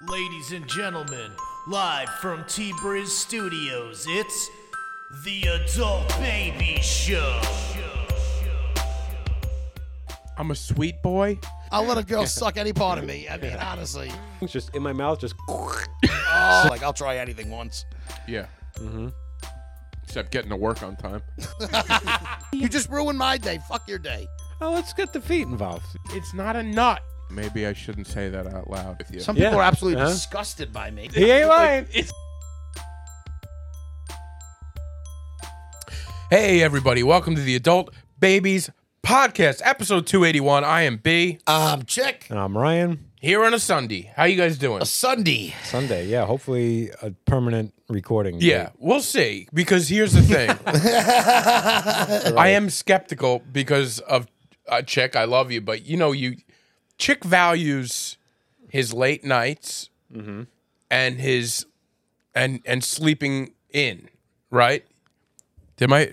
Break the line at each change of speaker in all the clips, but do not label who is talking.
Ladies and gentlemen, live from T Briz Studios, it's the Adult Baby Show.
I'm a sweet boy.
I'll let a girl suck any part of me. I mean, honestly.
It's just in my mouth, just
Oh, like I'll try anything once.
Yeah. Mm-hmm. Except getting to work on time.
You just ruined my day. Fuck your day.
oh, let's get the feet involved.
It's not a nut. Maybe I shouldn't say that out loud with you.
Some
Yeah.
people are absolutely
Uh-huh.
disgusted by me.
He ain't lying.
hey, everybody. Welcome to the Adult Babies Podcast, episode 281. I am B
Um, chick.
I'm Ryan.
here on a Sunday. How you guys doing?
A Sunday.
Sunday, yeah. Hopefully, a permanent recording.
Yeah, we'll see. Because here's the thing I am skeptical because of uh, Chick. I love you, but you know, you Chick values his late nights and his and and sleeping in, right? Did my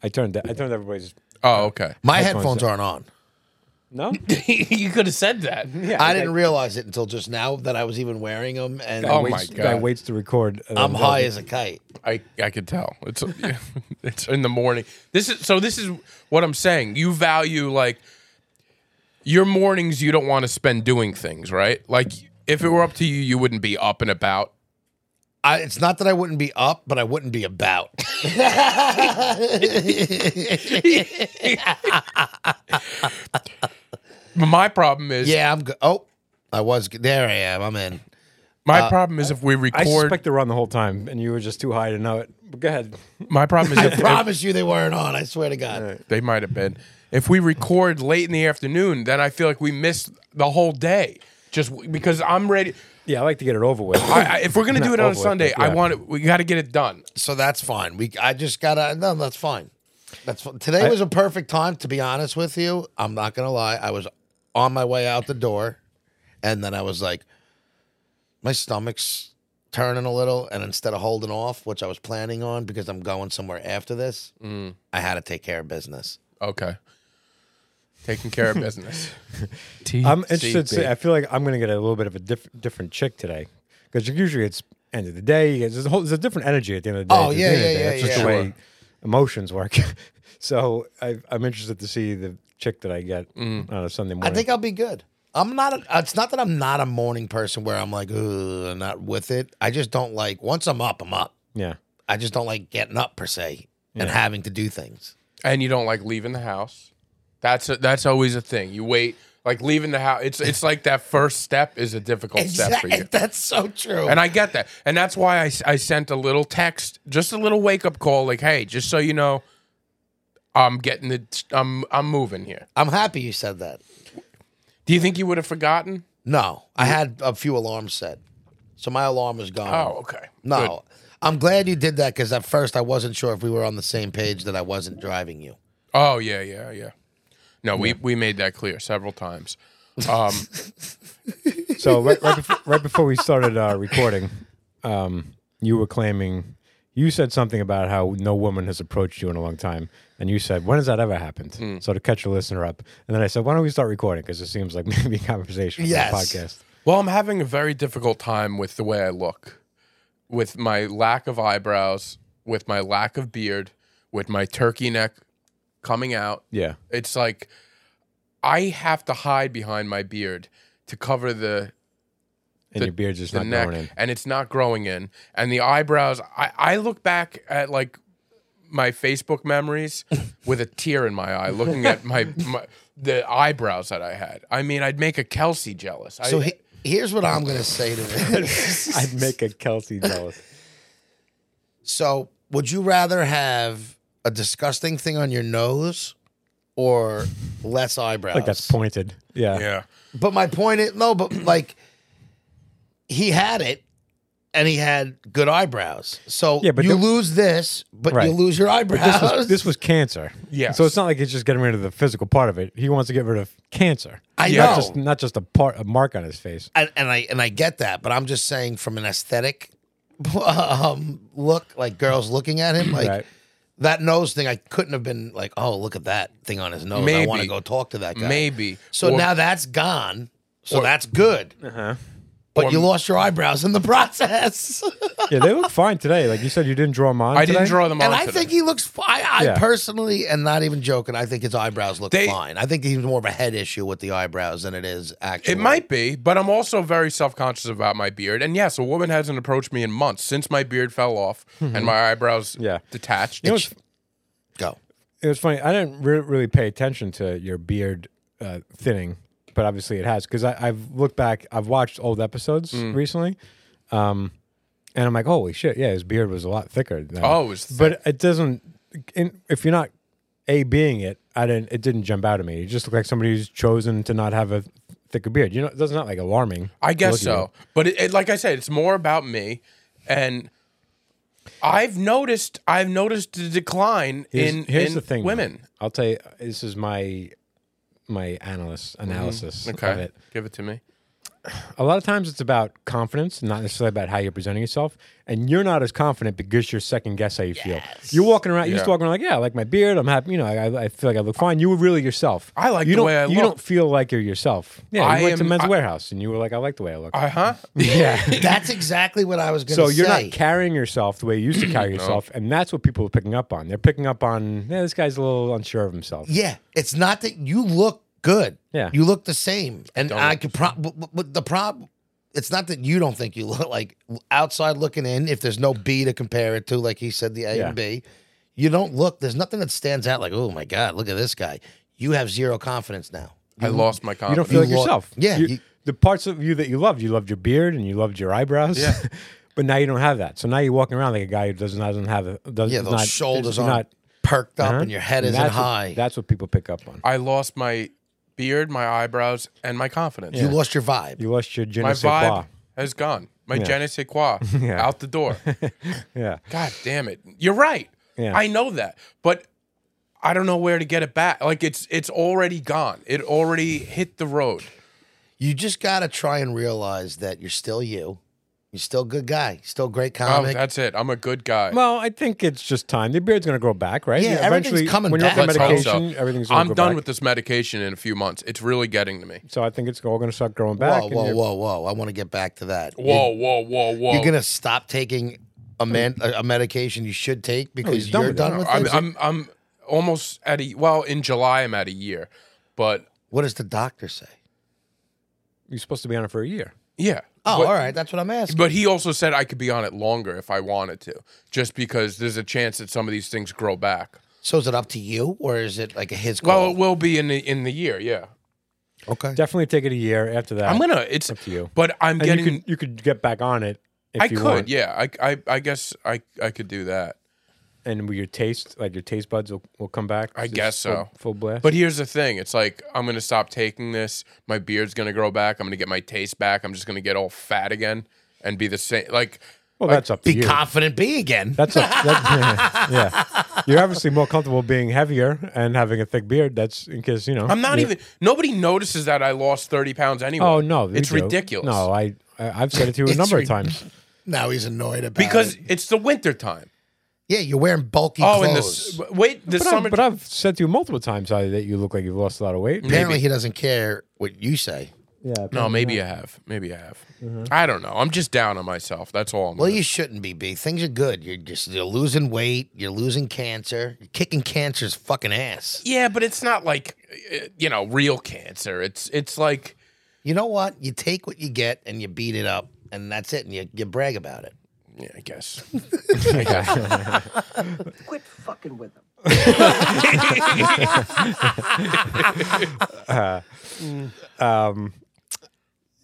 I turned. I turned everybody's.
oh okay.
My
That's
headphones
what
aren't on.
Oh
No.
you could have said that.
Yeah.
I didn't realize it until just now that I was even wearing them. And
Oh
waits,
my
the
God.
Guy waits to record. uh, and
I'm
then-
high as a kite.
I I could tell. It's it's in the morning. This is so. This is what I'm saying. You value like your mornings. You don't want to spend doing things, right? Like if it were up to you, you wouldn't be up and about.
I, it's not that I wouldn't be up, but I wouldn't be about.
But My problem is,
yeah, I'm good. Oh, I was. g- There I am. I'm in.
my problem is if we
uh, I
record.
suspect they were on the whole time, and you were just too high to know it. But go ahead.
my problem is if, if
Promise you they weren't on. I swear to God.
they might have been. If we record late in the afternoon, then I feel like we miss the whole day. Just w- because I'm ready.
Yeah, I like to get it over with.
I, I, if we're gonna
Not
do it on
over
a
with,
Sunday,
but
I
yeah.
want it. We got to get it done.
So that's fine. We I just gotta no, that's fine. That's fine. today was a perfect time to be honest with you. I'm not gonna lie. I was on my way out the door, and then I was like, my stomach's turning a little, and instead of holding off, which I was planning on because I'm going somewhere after this, I had to take care of business.
Okay. Taking care of business.
I'm interested. To
TCB.
see, I feel like I'm going to get a little bit of a diff- different chick today because usually it's end of the day. you get- There's a, whole, there's a different energy at the end of the day.
Oh,
at the
yeah,
beginning of
yeah,
the day.
yeah,
That's just
yeah.
the way emotions work. so I, I'm interested to see the chick that I get on a Sunday
I
morning.
think I'll be good. I'm not. A, it's not that I'm not a morning person where I'm like, Ugh, I'm not with it. I just don't like. Once I'm up, I'm up.
yeah.
I just don't like getting up per se and having to do things.
and you don't like leaving the house. That's a, that's always a thing. You wait, like leaving the house. It's it's like that first step is a difficult step for
Exactly.
you.
That's so true.
And I get that, and that's why I, s- I sent a little text, just a little wake up call, like, hey, just so you know, I'm getting the, I'm I'm moving here.
I'm happy you said that.
Do you think you would have forgotten?
No, I had a few alarms set, so my alarm was gone.
Oh, okay.
no,
Good.
I'm glad you did that because at first I wasn't sure if we were on the same page that I wasn't driving you.
Oh yeah, yeah, yeah. No, we we made that clear several times. Um,
So right, right, before, right before we started uh, recording, um, you were claiming you said something about how no woman has approached you in a long time, and you said, "When has that ever happened?" So to catch a listener up, and then I said, "Why don't we start recording?" Because it seems like maybe a conversation for the
Yes.
podcast.
Well, I'm having a very difficult time with the way I look, with my lack of eyebrows, with my lack of beard, with my turkey neck coming out.
Yeah.
It's like I have to hide behind my beard to cover the
and
the-
your beard's just
the
not
neck,
growing in.
and it's not growing in, and the eyebrows. I I look back at like my Facebook memories with a tear in my eye, looking at my, my the eyebrows that I had. I mean, I'd make a Kelsey jealous.
So
I,
he, here's what I'm gonna say to this.
I'd make a Kelsey jealous.
so, would you rather have a disgusting thing on your nose or less eyebrows?
like that's pointed. Yeah.
yeah.
But my point is no, but like he had it and he had good eyebrows. So
Yeah, but
you
the-
lose this, but
Right.
you lose your eyebrows.
This was, this was cancer.
Yes.
So it's not like he's just getting rid of the physical part of it. He wants to get rid of cancer.
I
Yeah.
know.
Not
Just not just a part a mark on his face.
and, and I and I get that, but I'm just saying from an aesthetic um, look, like girls looking at him, like
Right.
that nose thing, I couldn't have been like, oh, look at that thing on his nose. I want to
Maybe.
go talk to that guy.
Maybe.
So
Or-
Uh-huh.
now that's gone. So that's good. but you lost your eyebrows in the process.
Yeah, they look fine today. Like you said, you didn't draw them on.
I didn't
today?
draw them on.
and I
today.
think he looks. fi- I, I
Yeah.
personally, and not even joking, I think his eyebrows look
They-
fine. I think he's more of a head issue with the eyebrows than it is actually.
It might be, but I'm also very self conscious about my beard. And yes, a woman hasn't approached me in months since my beard fell off and my eyebrows
Mm-hmm. Yeah.
detached.
You know, it's,
go.
it was funny. I didn't re- really pay attention to your beard uh, thinning, but obviously it has because I've looked back. I've watched old episodes
Mm.
recently, um, and I'm like, holy shit! Yeah, his beard was a lot thicker. Then.
Oh, it was thick.
but it doesn't. In, if you're not a being it, I didn't. It didn't jump out at me. It just looked like somebody who's chosen to not have a thicker beard. You know, that's not like alarming.
I
to
guess
look at
so. But it, it, like I said, it's more about me, and I've noticed I've noticed a decline
Here's-
in
here's
in
the thing, though.
women.
I'll tell you. This is my my analyst analysis
Mm-hmm. Okay,
of it.
give it to me.
a lot of times it's about confidence, not necessarily about how you're presenting yourself. And you're not as confident because you're second guess how you feel. You're walking around, you're just
Yeah.
walking around like, yeah, I like my beard. I'm happy. You know, I, I- I feel like I look fine. You were really yourself.
I like
you
the
don't-
way I
You
look.
don't feel like you're yourself. Yeah, you
I
went to
am-
Men's
I-
Warehouse and you were like, I like the way I look.
Uh huh.
yeah.
That's exactly what I was going to
So
say.
you're not carrying yourself the way you used to carry yourself, and that's what people are picking up on. They're picking up on, yeah, this guy's a little unsure of himself.
Yeah, it's not that you look good.
Yeah.
you look the same, and I
look
could probably. But, but the problem, it's not that you don't think you look like outside looking in. If there's no B to compare it to, like he said, the A
Yeah.
and B, you don't look. There's nothing that stands out. Like, oh my god, look at this guy. You have zero confidence now.
I lost my
You don't
confidence.
feel like
Um, You lo-
yourself.
Yeah,
You-
you-
the parts of you that you loved, you loved your beard and you loved your eyebrows.
Yeah.
but now you don't have that. So now you're walking around like a guy who does not doesn't have a does,
Yeah,
is
those
not,
shoulders
is
aren't
not-
perked up,
Huh?
and your head
And
isn't
that's what-
high.
that's what people pick up on.
I lost my beard, my eyebrows, and my confidence.
you lost your vibe.
You lost your je
my
ne sais quoi.
vibe has gone. My je ne sais quoi
Yeah.
out the door.
Yeah,
God damn it. You're right.
Yeah.
I know that. But I don't know where to get it back. Like it's it's already gone. It already hit the road.
You just gotta try and realize that you're still you. You're still a good guy. Still a great comic.
Oh, that's it. I'm a good guy.
Well, I think it's just time. The beard's going to grow back, right?
Yeah, everything's
eventually,
coming
when you're
back.
on
Let's hope so.
medication, everything's. Gonna
I'm
grow
done
back.
with this medication in a few months. It's really getting to me.
So I think it's all going to start growing back.
whoa,
and
whoa,
you're-
whoa, whoa! I want to get back to that.
Whoa, whoa, whoa, whoa.
you're gonna stop taking a man a, a medication you should take because
Mm-hmm. done
you're
with
done
it.
with
I'm,
it.
I'm I'm almost at a well, in July I'm at a year. But
what does the doctor say?
You're supposed to be on it for a year.
yeah.
Oh,
But-
all right, that's what I'm asking.
But he also said I could be on it longer if I wanted to, just because there's a chance that some of these things grow back.
so is it up to you, or is it like a his
Well,
call?
it will be in the in the year, yeah.
okay.
Definitely take it a year after that.
I'm gonna. It's
up to you.
But I'm
And
getting.
you could you could get back on it. If
I
you
could.
want.
Yeah. I, I. I guess I. I could do that.
and with your taste, like your taste buds will, will come back.
I
just
guess
full-
so.
Full, blast.
But here's the thing. It's like I'm gonna stop taking this. My beard's gonna grow back. I'm gonna get my taste back. I'm just gonna get all fat again and be the same. Like
well, that's up to
Be
you.
confident, be again.
that's up. That, yeah, you're obviously more comfortable being heavier and having a thick beard. That's in case you know.
I'm not
you're-
even. Nobody notices that I lost 30 pounds anyway.
Oh no, we
it's
do.
ridiculous.
No, I, I I've said it to you a
It's
number
rid-
of times.
now he's annoyed about
because
it.
it's the winter time.
yeah, you're wearing bulky
Oh, and the
clothes.
s- wait, the
But,
summer.
I've, but I've said to you multiple times I, that you look like you've lost a lot of weight.
Apparently, he doesn't care what you say.
Yeah.
no, maybe I have. Maybe I have. I don't know. I'm just down on myself. That's all. I'm
Well,
gonna-
you shouldn't be. B. Things are good. You're just you're losing weight. You're losing cancer. You're kicking cancer's fucking ass.
Yeah, but it's not like uh, you know real cancer. It's it's like
You know what? You take what you get and you beat it up, and that's it. And you, you brag about it.
yeah, I guess.
quit fucking with them.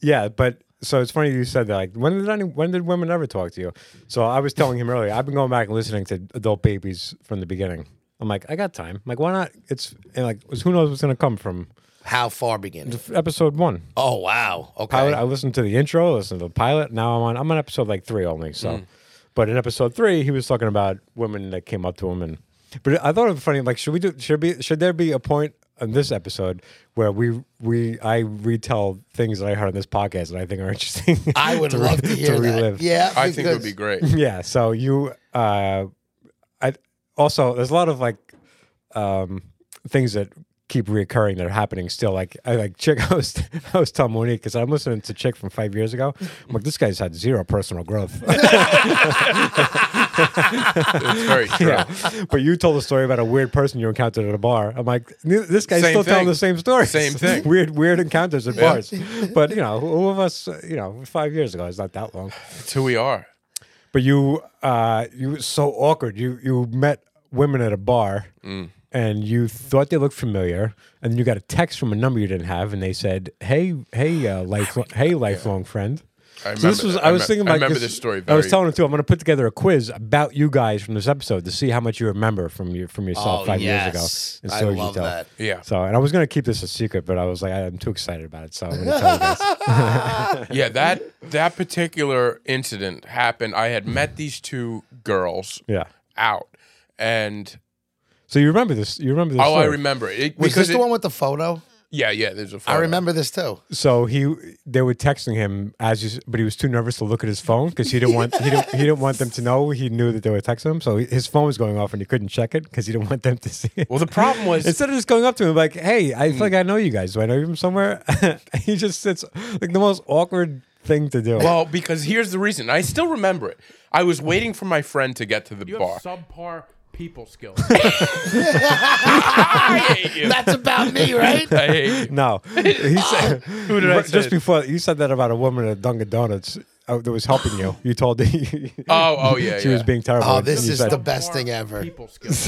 Yeah, but so it's funny you said that. Like, when did any, when did women ever talk to you? So I was telling him earlier. I've been going back and listening to adult babies from the beginning. I'm like, I got time. I'm like, why not? It's and like, who knows what's gonna come from
How far begin?
episode one.
Oh wow. Okay.
Pilot. I listened to the intro, listened to the pilot. Now I'm on. I'm on episode like three only. So,
Mm.
but in episode three, he was talking about women that came up to him and. But I thought it was funny. Like, should we do? Should be? Should there be a point in this episode where we we I retell things that I heard on this podcast that I think are interesting?
I would love to hear that.
relive.
Yeah,
I think it would be
because-
great.
yeah. So you, uh, I also there's a lot of like um, things that keep reoccurring that are happening still. Like I like Chick. I was I was telling Monique because I'm listening to Chick from five years ago. I'm like, this guy's had zero personal growth.
It's very true.
but you told a story about a weird person you encountered at a bar. I'm like, "N- this guy's
Same
still telling
thing.
the same story.
Same thing.
weird, weird encounters at bars. But you know, who of us? uh, You know, five years ago is not that long.
It's who we are.
But you, uh, you were so awkward. You you met women at a bar,
Mm.
and you thought they looked familiar, and then you got a text from a number you didn't have, and they said, "Hey, hey, uh, life, hey, lifelong friend."
I
So this
remember
was
that.
I was
me-
thinking
I
about
remember this story.
I was
very-
telling him too. I'm going to put together a quiz about you guys from this episode to see how much you remember from your from yourself
Oh,
five
yes.
years ago.
I
stories you
love
tell.
that.
Yeah.
So and I was going to keep this a secret, but I was like, I'm too excited about it, so I'm going to tell you guys.
yeah that that particular incident happened i had met these two girls
Yeah.
out and
So you remember this? You remember this?
oh i
story.
remember it,
Was
because
this
it-
the one with the photo?
yeah yeah there's a photo.
I remember this too.
So he, they were texting him as, you, but he was too nervous to look at his phone because he didn't want he didn't, he didn't want them to know he knew that they were texting him. So his phone was going off and he couldn't check it because he didn't want them to see it.
well Hmm. the problem was
Instead of just going up to him like, "Hey, I feel like I know you guys. Do I know you from somewhere?" he just sits like the most awkward thing to do.
well because here's the reason i still remember it i was waiting for my friend to get to the
You
bar
have subpar people skills.
i hate you
That's about me, right?
i hate you
no, he said. Who
did I
Just
say?
before you said that about a woman at Dunkin' Donuts uh, that was helping you. You told she
oh oh yeah yeah.
was being terrible.
Oh,
and
this
you
is
said-
the best thing ever.
people skills.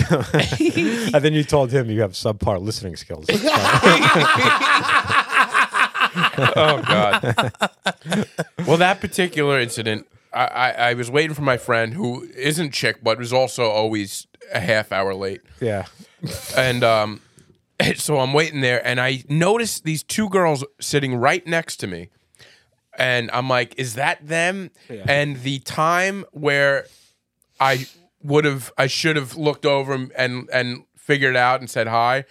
And then you told him you have subpar listening skills.
oh god well that particular incident I, I i was waiting for my friend who isn't chick but was also always a half hour late
yeah.
and um, so I'm waiting there, and I notice these two girls sitting right next to me, and I'm like, "Is that them?" And the time where I would have, I should have looked over and- and and figured out and said hi,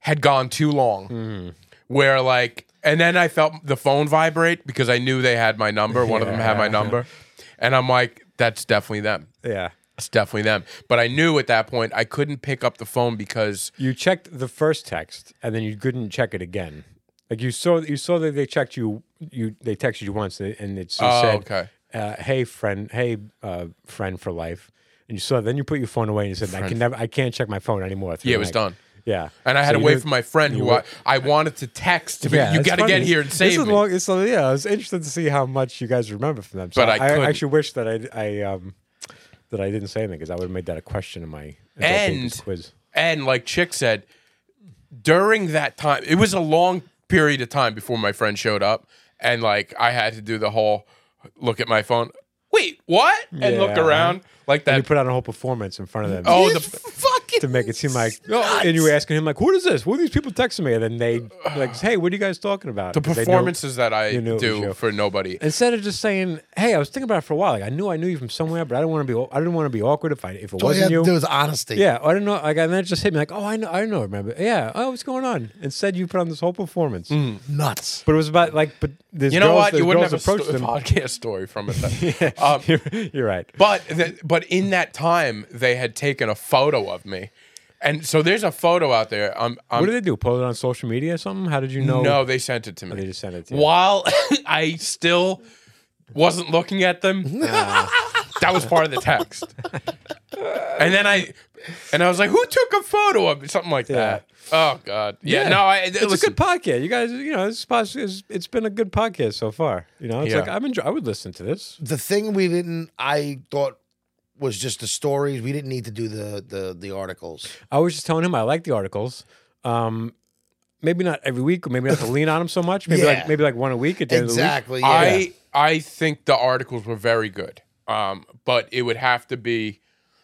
had gone too long. Where like, and then I felt the phone vibrate because I knew they had my number. One of them had my number, and I'm like, "That's definitely them."
Yeah.
It's definitely them. But I knew at that point I couldn't pick up the phone because
You checked the first text and then you couldn't check it again. Like you saw you saw that they checked you you they texted you once and it
Oh,
said
okay.
uh, hey friend hey uh, friend for life. And you saw then you put your phone away and you said I can never I can't check my phone anymore.
yeah, it was
Like,
done.
Yeah.
And I had
So
to
you
wait
didn't-
for my friend who I, I wanted to text to be, you
it's
got to get
funny.
here and save
this is
me.
Long, it's, uh, yeah, I was interested to see how much you guys remember from them. So
But I couldn't.
actually wish that I, I um, that I didn't say anything because I would have made that a question in my adult babies
And-
quiz.
and like Chick said, during that time, it was a long period of time before my friend showed up. And like I had to do the whole look at my phone, wait, what? And look
Yeah.
around like
And you
that.
put on a whole performance in front of them
oh, the,
to make it seem like. And you were asking him like, "What is this? What are these people texting me?" And then they like, "Hey, what are you guys talking about?"
the
'Cause they know-
performances that I
you knew it was
do
you.
for nobody.
Instead of just saying, "Hey, I was thinking about it for a while. Like, I knew I knew you from somewhere, but I didn't want to be. I didn't want to be awkward if I if it
All you
wasn't
have to
you."
do is honesty.
Yeah, I don't know. Like, and then it just hit me like, oh, I know, I know, remember. Yeah, oh, what's going on? Instead, you put on this whole performance,
Nuts.
but it was about like, but this
Mm. You know
girls,
what?
the
You wouldn't have
girls
a
approached
sto-
them.
podcast story from it. then. um,
you're, you're right.
But th- but in that time, they had taken a photo of me, and so there's a photo out there. I'm, I'm
What did they do? Post it on social media or something? How did you know?
um, no, they sent it to me.
they just sent it to you.
While I still wasn't looking at them, that was part of the text. and then I and I was like, "Who took a photo of me?" Something like that. Oh God, yeah.
Yeah.
No, I,
It's a good podcast. You guys, you know, this podcast is, it's been a good podcast so far. You know, it's
Yeah.
like I'm enjoy- I would listen to this.
The thing we didn't, I thought, was just the stories. We didn't need to do the the the articles.
I was just telling him I like the articles. Um, maybe not every week, or maybe not to lean on them so much. Maybe
Yeah.
like maybe like one a week at the end of the week.
Exactly. yeah.
I I think the articles were very good, um, but it would have to be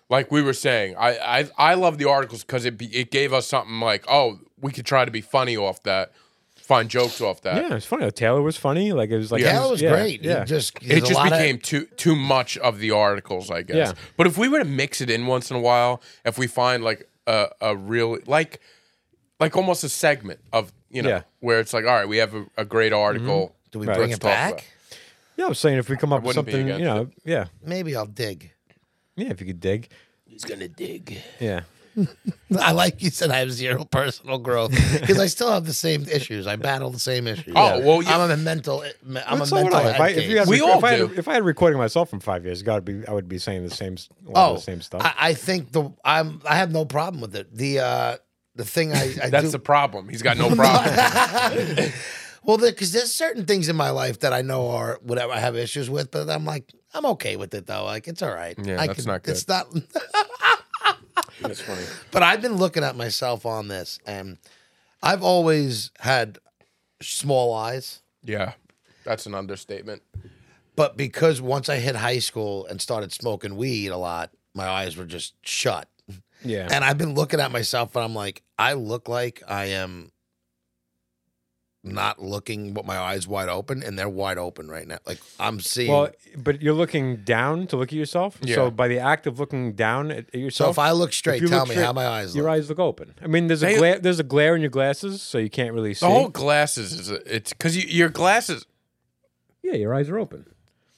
like we were saying. I I, I love the articles because it be, it gave us something like oh we could try to be funny off that, find jokes off that.
Yeah, it's funny. Taylor was funny. Like it was like
Yeah.
Taylor
it
was
yeah,
great. He
Yeah,
just
It
there's a
just
lot of-
became too too much of the articles, I guess.
Yeah.
But if we were to mix it in once in a while, if we find like a, a real like like almost a segment of you know
Yeah.
where it's like all right, we have a, a great article.
Mm-hmm. do we
Right.
bring
Let's
it
talk about
back?
it.
Yeah, I was saying if we come up with
wouldn't be
something, you
against
know, yeah,
Maybe I'll dig.
yeah, if you could dig,
He's gonna dig.
yeah.
I like you said I have zero personal growth because I still have the same issues. I battle the same issues.
Oh, well, you-
I'm a mental. I'm
But
a
so would
mental.
I. If I-
head
if you
case.
had
We
rec-
all
if I had,
do.
if I had recording myself from five years ago, I'd be I would be saying the same s- a lot of the same stuff.
I, Oh, I think the I'm I have no problem with it. The uh the thing I, I
That's
do,
the problem. He's got no problem.
well because there's certain things in my life that I know are whatever I have issues with, but I'm like I'm okay with it though. Like it's all right.
Yeah,
I
that's not good.
It's not.
That's funny.
but I've been looking at myself on this, and I've always had small eyes.
Yeah, that's an understatement.
But because once I hit high school and started smoking weed a lot, my eyes were just shut.
yeah,
And I've been looking at myself and I'm like, I look like I am not looking with my eyes wide open and they're wide open right now. Like I'm seeing
Well, but you're looking down to look at yourself.
Yeah.
So by the act of looking down at, at
so
yourself,
if I look straight,
you
tell
look
me
straight,
how my eyes look.
your eyes look open. I mean, there's a
They-
glare, there's a glare in your glasses, so you can't really see.
The whole glasses is a, it's because you, your glasses.
yeah, your eyes are open.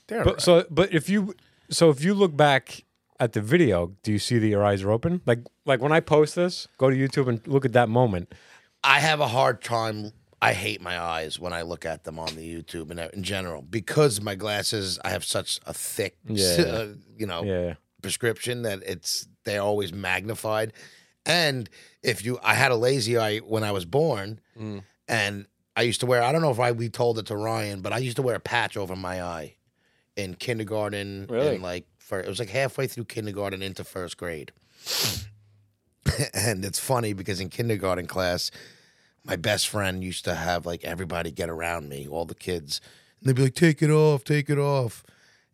They're
But so, but if you so if you look back at the video, do you see that your eyes are open? Like like when I post this, go to YouTube and look at that moment.
I have a hard time. I hate my eyes when I look at them on the YouTube and in general because my glasses. I have such a thick, uh,
Yeah.
you know,
Yeah.
prescription that it's they're always magnified. And if you, I had a lazy eye when I was born, and I used to wear. I don't know if I we told it to Ryan, but I used to wear a patch over my eye in kindergarten.
Really?
And like for it was like halfway through kindergarten into first grade. and it's funny because in kindergarten class, my best friend used to have like everybody get around me, all the kids, and they'd be like, "Take it off, take it off,"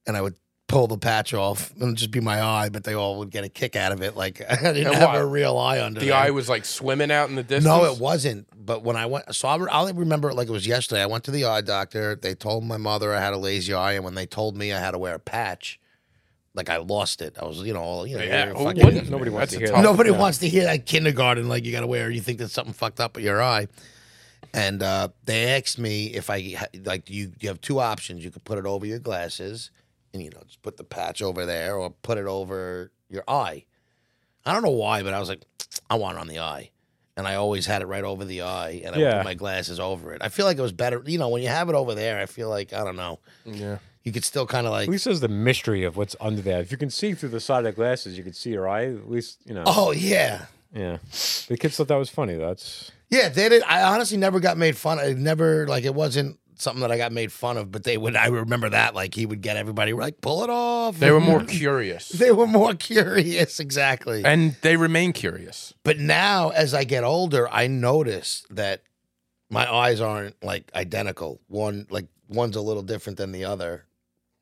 and I would pull the patch off, and it'd just be my eye, but they all would get a kick out of it. Like I didn't
And
have
what?
a real eye under
the
there.
eye was like swimming out in the distance.
No, it wasn't. But when I went, so I, re- I'll remember it like it was yesterday. I went to the eye doctor. They told my mother I had a lazy eye, and when they told me I had to wear a patch, like I lost it. I was, you know, all, you know,
Yeah,
you're
who
fucking-
wouldn't?
Nobody
man?
wants
That's
to
a
hear
tough-
that.
Nobody
yeah.
wants to hear that kindergarten. Like you got to wear, you think there's something fucked up with your eye. And uh, they asked me if I ha- like you. You have two options. You could put it over your glasses, and you know, just put the patch over there, or put it over your eye. I don't know why, but I was like, I want it on the eye, and I always had it right over the eye, and I would
Yeah.
put my glasses over it. I feel like it was better. You know, when you have it over there, I feel like I don't know.
Yeah.
You could still kind of like.
At least there's the mystery of what's under there. If you can see through the side of the glasses, you can see your eye. At least you know.
Oh yeah,
Yeah. The kids thought that was funny. That's
Yeah, they did. I honestly never got made fun. I never like it wasn't something that I got made fun of. But they would. I remember that. Like he would get everybody like pull it off.
They were more curious,
They were more curious, exactly.
and they remain curious.
But now, as I get older, I notice that my eyes aren't like identical. One like one's a little different than the other.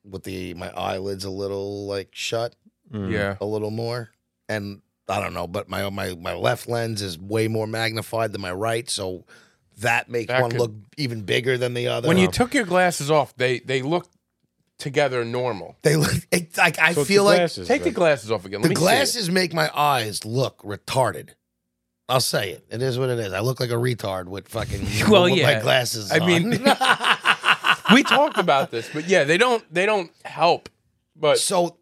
With the my eyelids a little like shut
mm.
Yeah.
a little more, and I don't know. But my my my left lens is way more magnified than my right, so that makes
That
one
could-
look even bigger than the other.
When you took your glasses off, they they looked together normal.
They look it, like I
So it's
feel
the
like
glasses,
Take the
then.
glasses off again. Let
the
me see it.
glasses make my eyes look retarded. I'll say it. It is what it is. I look like a retard with fucking
Well,
with
yeah.
my glasses.
I mean-
mean,
We talked about this, but yeah, they don't they don't help. But
so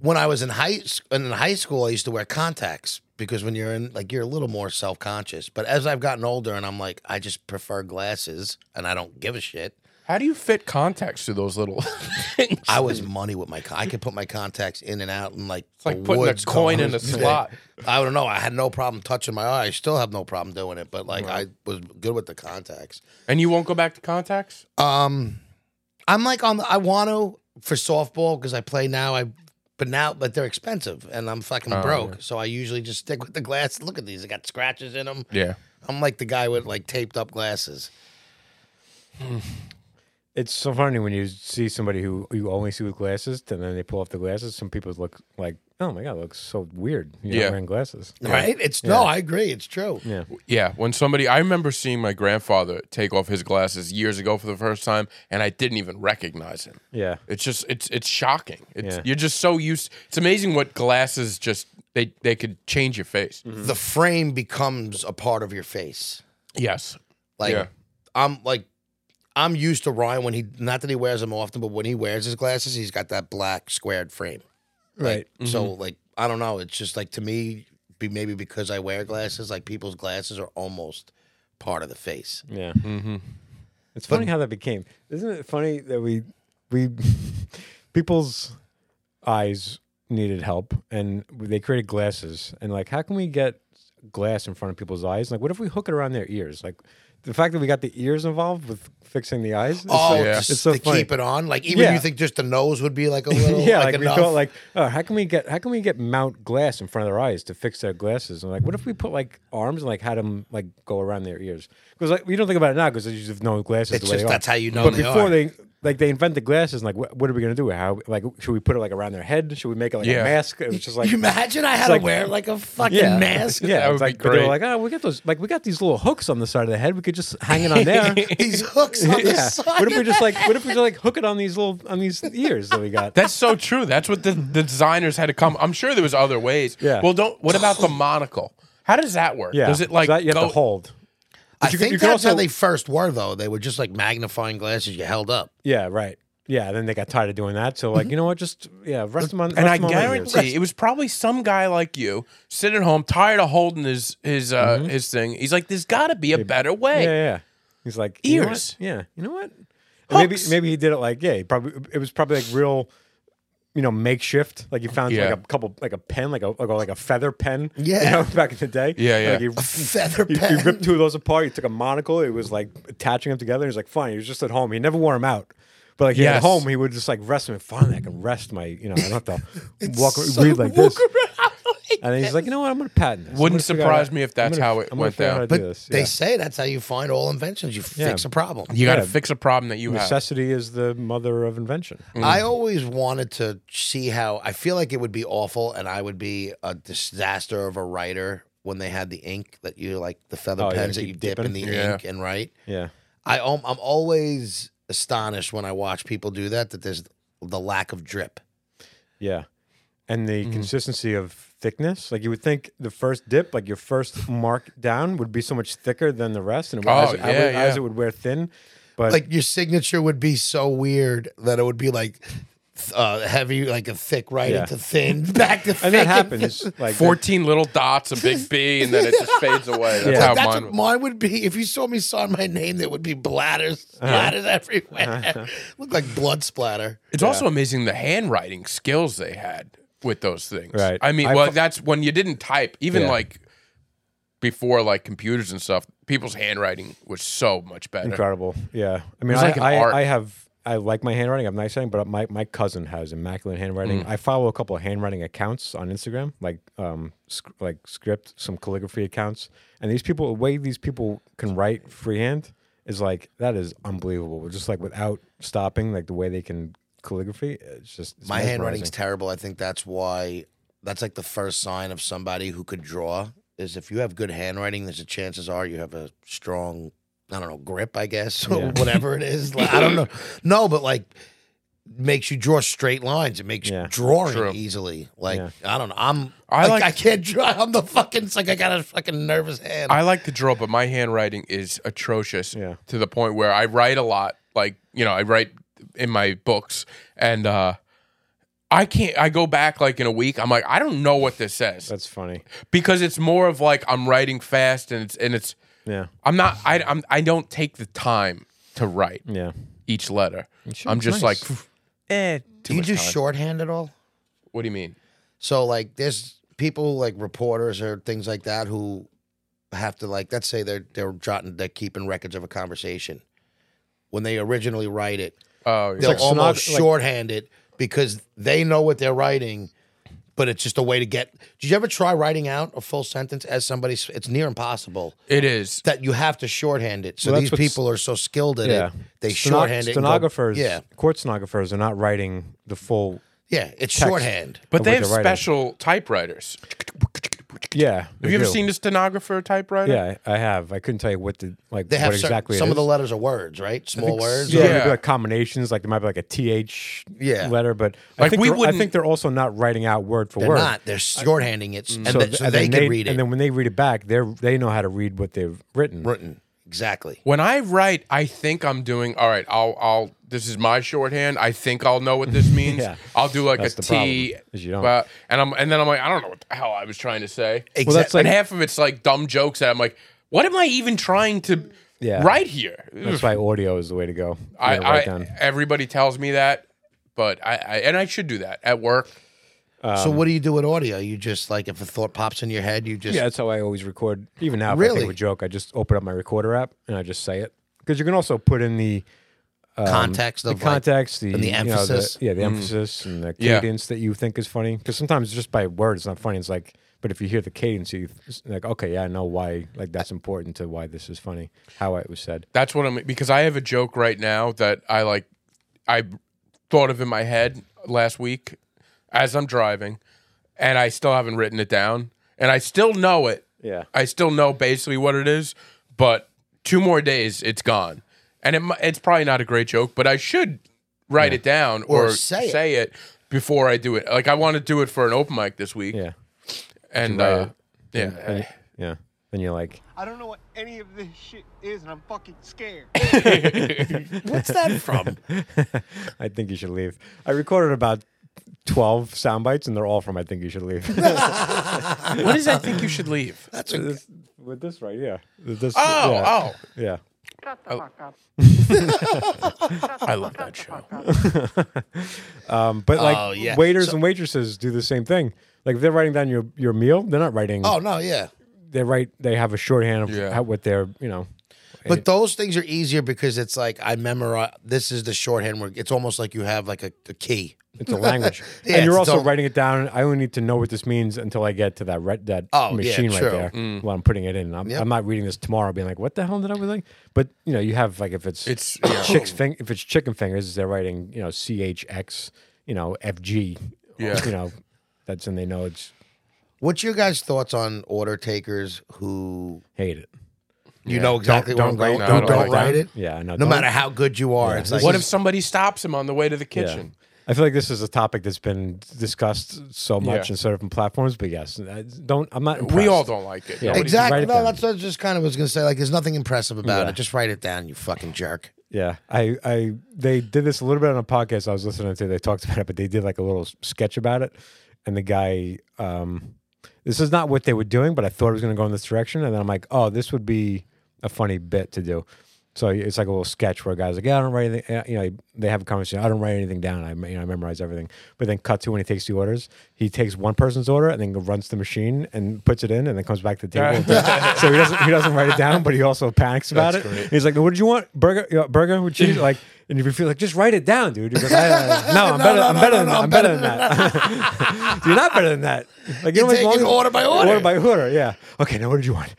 when I was in high s- and in high school, I used to wear contacts because when you're in like you're a little more self conscious. But as I've gotten older, and I'm like, I just prefer glasses, and I don't give a shit.
how do you fit contacts to those little things?
I was money with my. Con- I could put my contacts in and out and like
It's like
the
putting a
woods
coin
going.
in a slot.
I don't know. I had no problem touching my eye. I still have no problem doing it, but like I was good with the contacts.
And you won't go back to contacts?
Um, I'm like on. The, I want to for softball because I play now. I but now, but they're expensive, and I'm fucking
Oh,
broke.
yeah.
So I usually just stick with the glass. Look at these; they got scratches in them.
Yeah.
I'm like the guy with like taped up glasses.
It's so funny when you see somebody who you only see with glasses, and then they pull off the glasses. Some people look like, "Oh my god, looks so weird." You're
Yeah.
not wearing glasses.
Right? It's no. I agree. It's true.
Yeah.
Yeah, when somebody I remember seeing my grandfather take off his glasses years ago for the first time and I didn't even recognize him.
Yeah.
It's just it's it's shocking. It's
Yeah.
you're just so used it's amazing what glasses just they they could change your face.
Mm-hmm.
The frame becomes a part of your face.
Yes.
Like
Yeah.
I'm like I'm used to Ryan when he not that he wears them often, but when he wears his glasses, he's got that black squared frame.
Right. Mm-hmm.
So like I don't know, it's just like to me be maybe because I wear glasses, like people's glasses are almost part of the face.
Yeah. It's funny how that became. Isn't it funny that we we people's eyes needed help and they created glasses and like how can we get glass in front of people's eyes? Like what if we hook it around their ears? Like the fact that we got the ears involved with fixing the eyes. It's
Oh,
like-
yeah.
just
It's so
to
funny.
keep it on. Like even
Yeah.
you think just the nose would be like a little
yeah,
like,
like, we
enough.
thought, like, oh, how can we get how can we get mount glass in front of their eyes to fix their glasses? And like, what if we put like arms and like had them like go around their ears? Because like we don't think about it now because there's just no glasses.
it's
the way
just
they are.
that's how you know
But
they
before
are.
they like they invent the glasses, like what, what are we gonna do? How like should we put it like around their head? Should we make it like
Yeah.
a mask? It was just like
you imagine I had to
like-
wear like a fucking
yeah,
mask.
Yeah,
That
it's
would be
like but they were
great.
like oh we got those like we got these little hooks on the side of the head. We could just hang it on there.
These hooks on the
yeah.
side.
What if we just like what if we just like hook it on these little on these ears that we got?
That's so true. That's what the, the designers had to come. I'm sure there was other ways.
Yeah.
Well, don't. What about the monocle? How does that work?
yeah.
Does it like
so that you have
go?
to hold?
I
you could-
think
you could
that's how
also-
they first were though. They were just like magnifying glasses you held up.
Yeah, right. Yeah, then they got tired of doing that. So like, you know what? Just yeah, rest them on.
Mm-hmm. and
rest
I
'em on my ears.
guarantee it was probably some guy like you sitting at home, tired of holding his his uh, his thing. He's like, "There's got to be a better way."
Mm-hmm. Yeah, yeah. He's like you know what?
Ears.
yeah, you know what? And Maybe
Hooks.
maybe he did it like yeah. He probably it was probably like real, you know, makeshift. Like he found
Yeah.
like a couple like a pen like a like a, like a feather pen.
Yeah.
you know, back in the day.
Yeah, yeah.
Like, he-
A feather
he,
pen.
he ripped two of those apart. He took a monocle. He was like attaching them together. He was like, fine. He was just at home. He never wore them out. But like yeah,
Yes.
at home, he would just like rest them. Finally, I can rest my, you know, I don't have to walk
so-
read like this.
around like-
And then he's like, you know what? I'm gonna patent this. I'm
Wouldn't
gonna figure out
surprise
how-
me if
I'm
that's
gonna-
how it
I'm gonna
went
figure out
down.
how to do
But
this.
they
Yeah.
say that's how you find all inventions. You fix
Yeah.
a problem.
you got to
Yeah.
fix a problem that you have.
necessity is the mother of invention.
I always wanted to see how I feel like it would be awful and I would be a disaster of a writer when they had the ink that you like the feather
Oh, yeah,
pens that
keep
you dip
dipping.
in the
Yeah.
ink and write.
Yeah.
I um, I'm always astonished when I watch people do that that there's the lack of drip.
Yeah. And the
Mm.
consistency of thickness, like you would think the first dip, like your first mark down, would be so much thicker than the rest, and it would,
Oh,
as,
yeah,
I would- as
yeah.
it would wear thin. But
Like your signature would be so weird that it would be like th- uh, heavy, like a thick writing
Yeah.
to thin, back to thick.
and that
thin.
happens like
Fourteen little dots, a big B, and then it just fades away. That's
Yeah.
how
That's
mine.
what mine would be. If you saw me sign my name, there would be bladders, bladders everywhere. Look like blood splatter.
It's also amazing the handwriting skills they had with those things.
Right.
I mean,
I
well,
fu-
that's when you didn't type, even
Yeah.
like before like computers and stuff, people's handwriting was so much better.
incredible. Yeah. I mean,
was
I,
like an
I,
art.
I have, I like my handwriting. I'm nice handwriting, but my, my cousin has immaculate
Mm.
handwriting. I follow a couple of handwriting accounts on Instagram, like, um, sc- like script, some calligraphy accounts. And these people, the way these people can write freehand is like, that is unbelievable. Just like without stopping, like the way they can calligraphy, it's just, it's
My handwriting's
mesmerizing.
terrible. I think that's why that's like the first sign of somebody who could draw is if you have good handwriting, there's a chances are you have a strong, I don't know, grip, I guess, or
Yeah.
whatever it is. Like, I don't know. No, but like makes you draw straight lines. It makes
Yeah.
drawing
True.
easily. Like
Yeah.
I don't know. I'm
I
I like,
like-
I can't draw. I'm the fucking it's like I got a fucking nervous hand.
I like to draw, but my handwriting is atrocious
Yeah.
to the point where I write a lot. Like, you know, I write in my books and uh I can't I go back like in a week. I'm like, I don't know what this says.
That's funny.
Because it's more of like I'm writing fast and it's and it's
Yeah.
I'm not. I I'm, I don't take the time to write
Yeah.
each letter.
sure,
I'm
it's
just
nice.
like, eh. Too
Do you
much
do
time.
shorthand at all?
What do you mean?
So like there's people like reporters or things like that who have to like let's say they're they're jotting they're keeping records of a conversation. When they originally write it,
Oh,
they'll
yeah.
like
almost
synop- like-
shorthand it because they know what they're writing, but it's just a way to get Did you ever try writing out a full sentence as somebody it's near impossible
it is.
that you have to shorthand it. So
Well,
these
that's what's-
people are so skilled at
Yeah.
it, they
Stenog-
shorthand it. and go-
Stenographers,
yeah.
court stenographers are not writing the full
Yeah, it's shorthand.
But
of
they
what
have
they're writing.
special typewriters.
Yeah.
Have you ever seen a stenographer typewriter?
Yeah, I I have. I couldn't tell you what the like
They have
what
certain-
exactly.
some
it
of the
is.
letters are words, right? Small words.
Yeah,
Yeah.
there'd be, like combinations. Like there might be like a th
Yeah.
letter, but I
Like,
think
we
they're- I
wouldn't-
think they're also not writing out word for
They're
word.
not. They're shorthanding it, s- and,
Mm. So,
th-
th-
so
and
they
then
can read it.
and then when they read it back, they are they know how to read what they've written.
written exactly.
When I write, I think I'm doing all right. I'll I'll This is my shorthand. I think I'll know what this means.
Yeah.
I'll do like
That's
a
the problem,
T,
is you don't.
but- and I'm and then I'm like, I don't know what the hell I was trying to say.
Well, that's
and
like-
half of it's like dumb jokes that I'm like, what am I even trying to
Yeah.
write here?
That's why audio is the way to go. You
I,
gotta write
I-
down.
everybody tells me that, but I, I and I should do that at work.
Um,
so what do you do with audio? You just like if a thought pops in your head, you just
Yeah, that's how I always record. Even now, if I think
Really?
of a joke, I just open up my recorder app and I just say it. Because you can also put in the
context
um, the
of like-
context, the,
and the
you know, the-
emphasis.
yeah, the emphasis and the
Yeah.
cadence that you think is funny. Because sometimes just by word, it's not funny. It's like, but if you hear the cadence, you it's like, okay, yeah, I know why. Like that's important to why this is funny, how it was said.
That's what I'm because I have a joke right now that I like I thought of in my head last week as I'm driving and I still haven't written it down and I still know it.
Yeah.
I still know basically what it is, but two more days it's gone. And it, mi- it's probably not a great joke, but I should write it down or,
Or say it.
it before I do it. Like I want to do it for an open mic this week
Yeah,
and
write
uh,
it.
yeah.
And- yeah. Then you're like,
I don't know what any of this shit is, and I'm fucking scared.
What's that from?
I think you should leave. I recorded about twelve sound bites, and they're all from I think you should leave.
What does I think you should leave?
This- with this right, yeah. With this,
Oh,
yeah.
oh.
yeah.
I love that show.
But like
Oh, yeah.
waiters and waitresses do the same thing. Like if they're writing down your, your meal, they're not writing.
oh no, yeah.
they write. They have a shorthand of
Yeah.
how, what they're you know.
But those things are easier because it's like I memorize. This is the shorthand where it's almost like you have like a, a key.
It's a language,
Yeah,
and you're
it's
also
all-
writing it down. I only need to know what this means until I get to that re- that
Oh, yeah,
machine
true.
right there
Mm.
while I'm putting it in. I'm,
Yep.
I'm not reading this tomorrow, being like, "What the hell did I was like?" But you know, you have like if it's
It's- yeah.
chicks fing- if it's chicken fingers, they're writing you know CHX, you know FG,
Yeah.
you know, that's when they know it's
What's your guys' thoughts on order takers who
hate it.
you know exactly
Don't- don't
what I'm going-
write
who
down.
don't
Don't write
write
down.
it?
Yeah, no,
no
don't-
matter how good you are, it's like
What if somebody stops him on the way to the kitchen?
I feel like this is a topic that's been discussed so much
Yeah.
in certain platforms, but yes, I don't I'm not.
We all
impressed.
don't like it. Nobody-
Yeah. write
exactly?
it
No,
down.
that's what I just kind of was gonna say. Like, there's nothing impressive about
Yeah.
it. Just write it down, you fucking jerk.
Yeah, I, I, they did this a little bit on a podcast I was listening to. They talked about it, but they did like a little s- sketch about it. And the guy, um, this is not what they were doing, but I thought it was going to go in this direction. And then I'm like, oh, this would be a funny bit to do. So it's like a little sketch where a guy's like, yeah, I don't write anything. uh, You know, they have a conversation. I don't write anything down. I, you know, I memorize everything. But then cut to when he takes the orders, he takes one person's order and then runs to the machine and puts it in, and then comes back to the table. and takes- so he doesn't he doesn't write it down, but he also panics about it. He's like, "What did you want? Burger? you know, burger with cheese?" Like, and if you feel like, just write it down, dude. You're like, "I- I- no, I'm better. I'm better than that. I'm better than that. You're not better than that. Like, you know how
You're
much
taking
longer-
order by order.
Order by order. Yeah. Okay. Now, what did you want?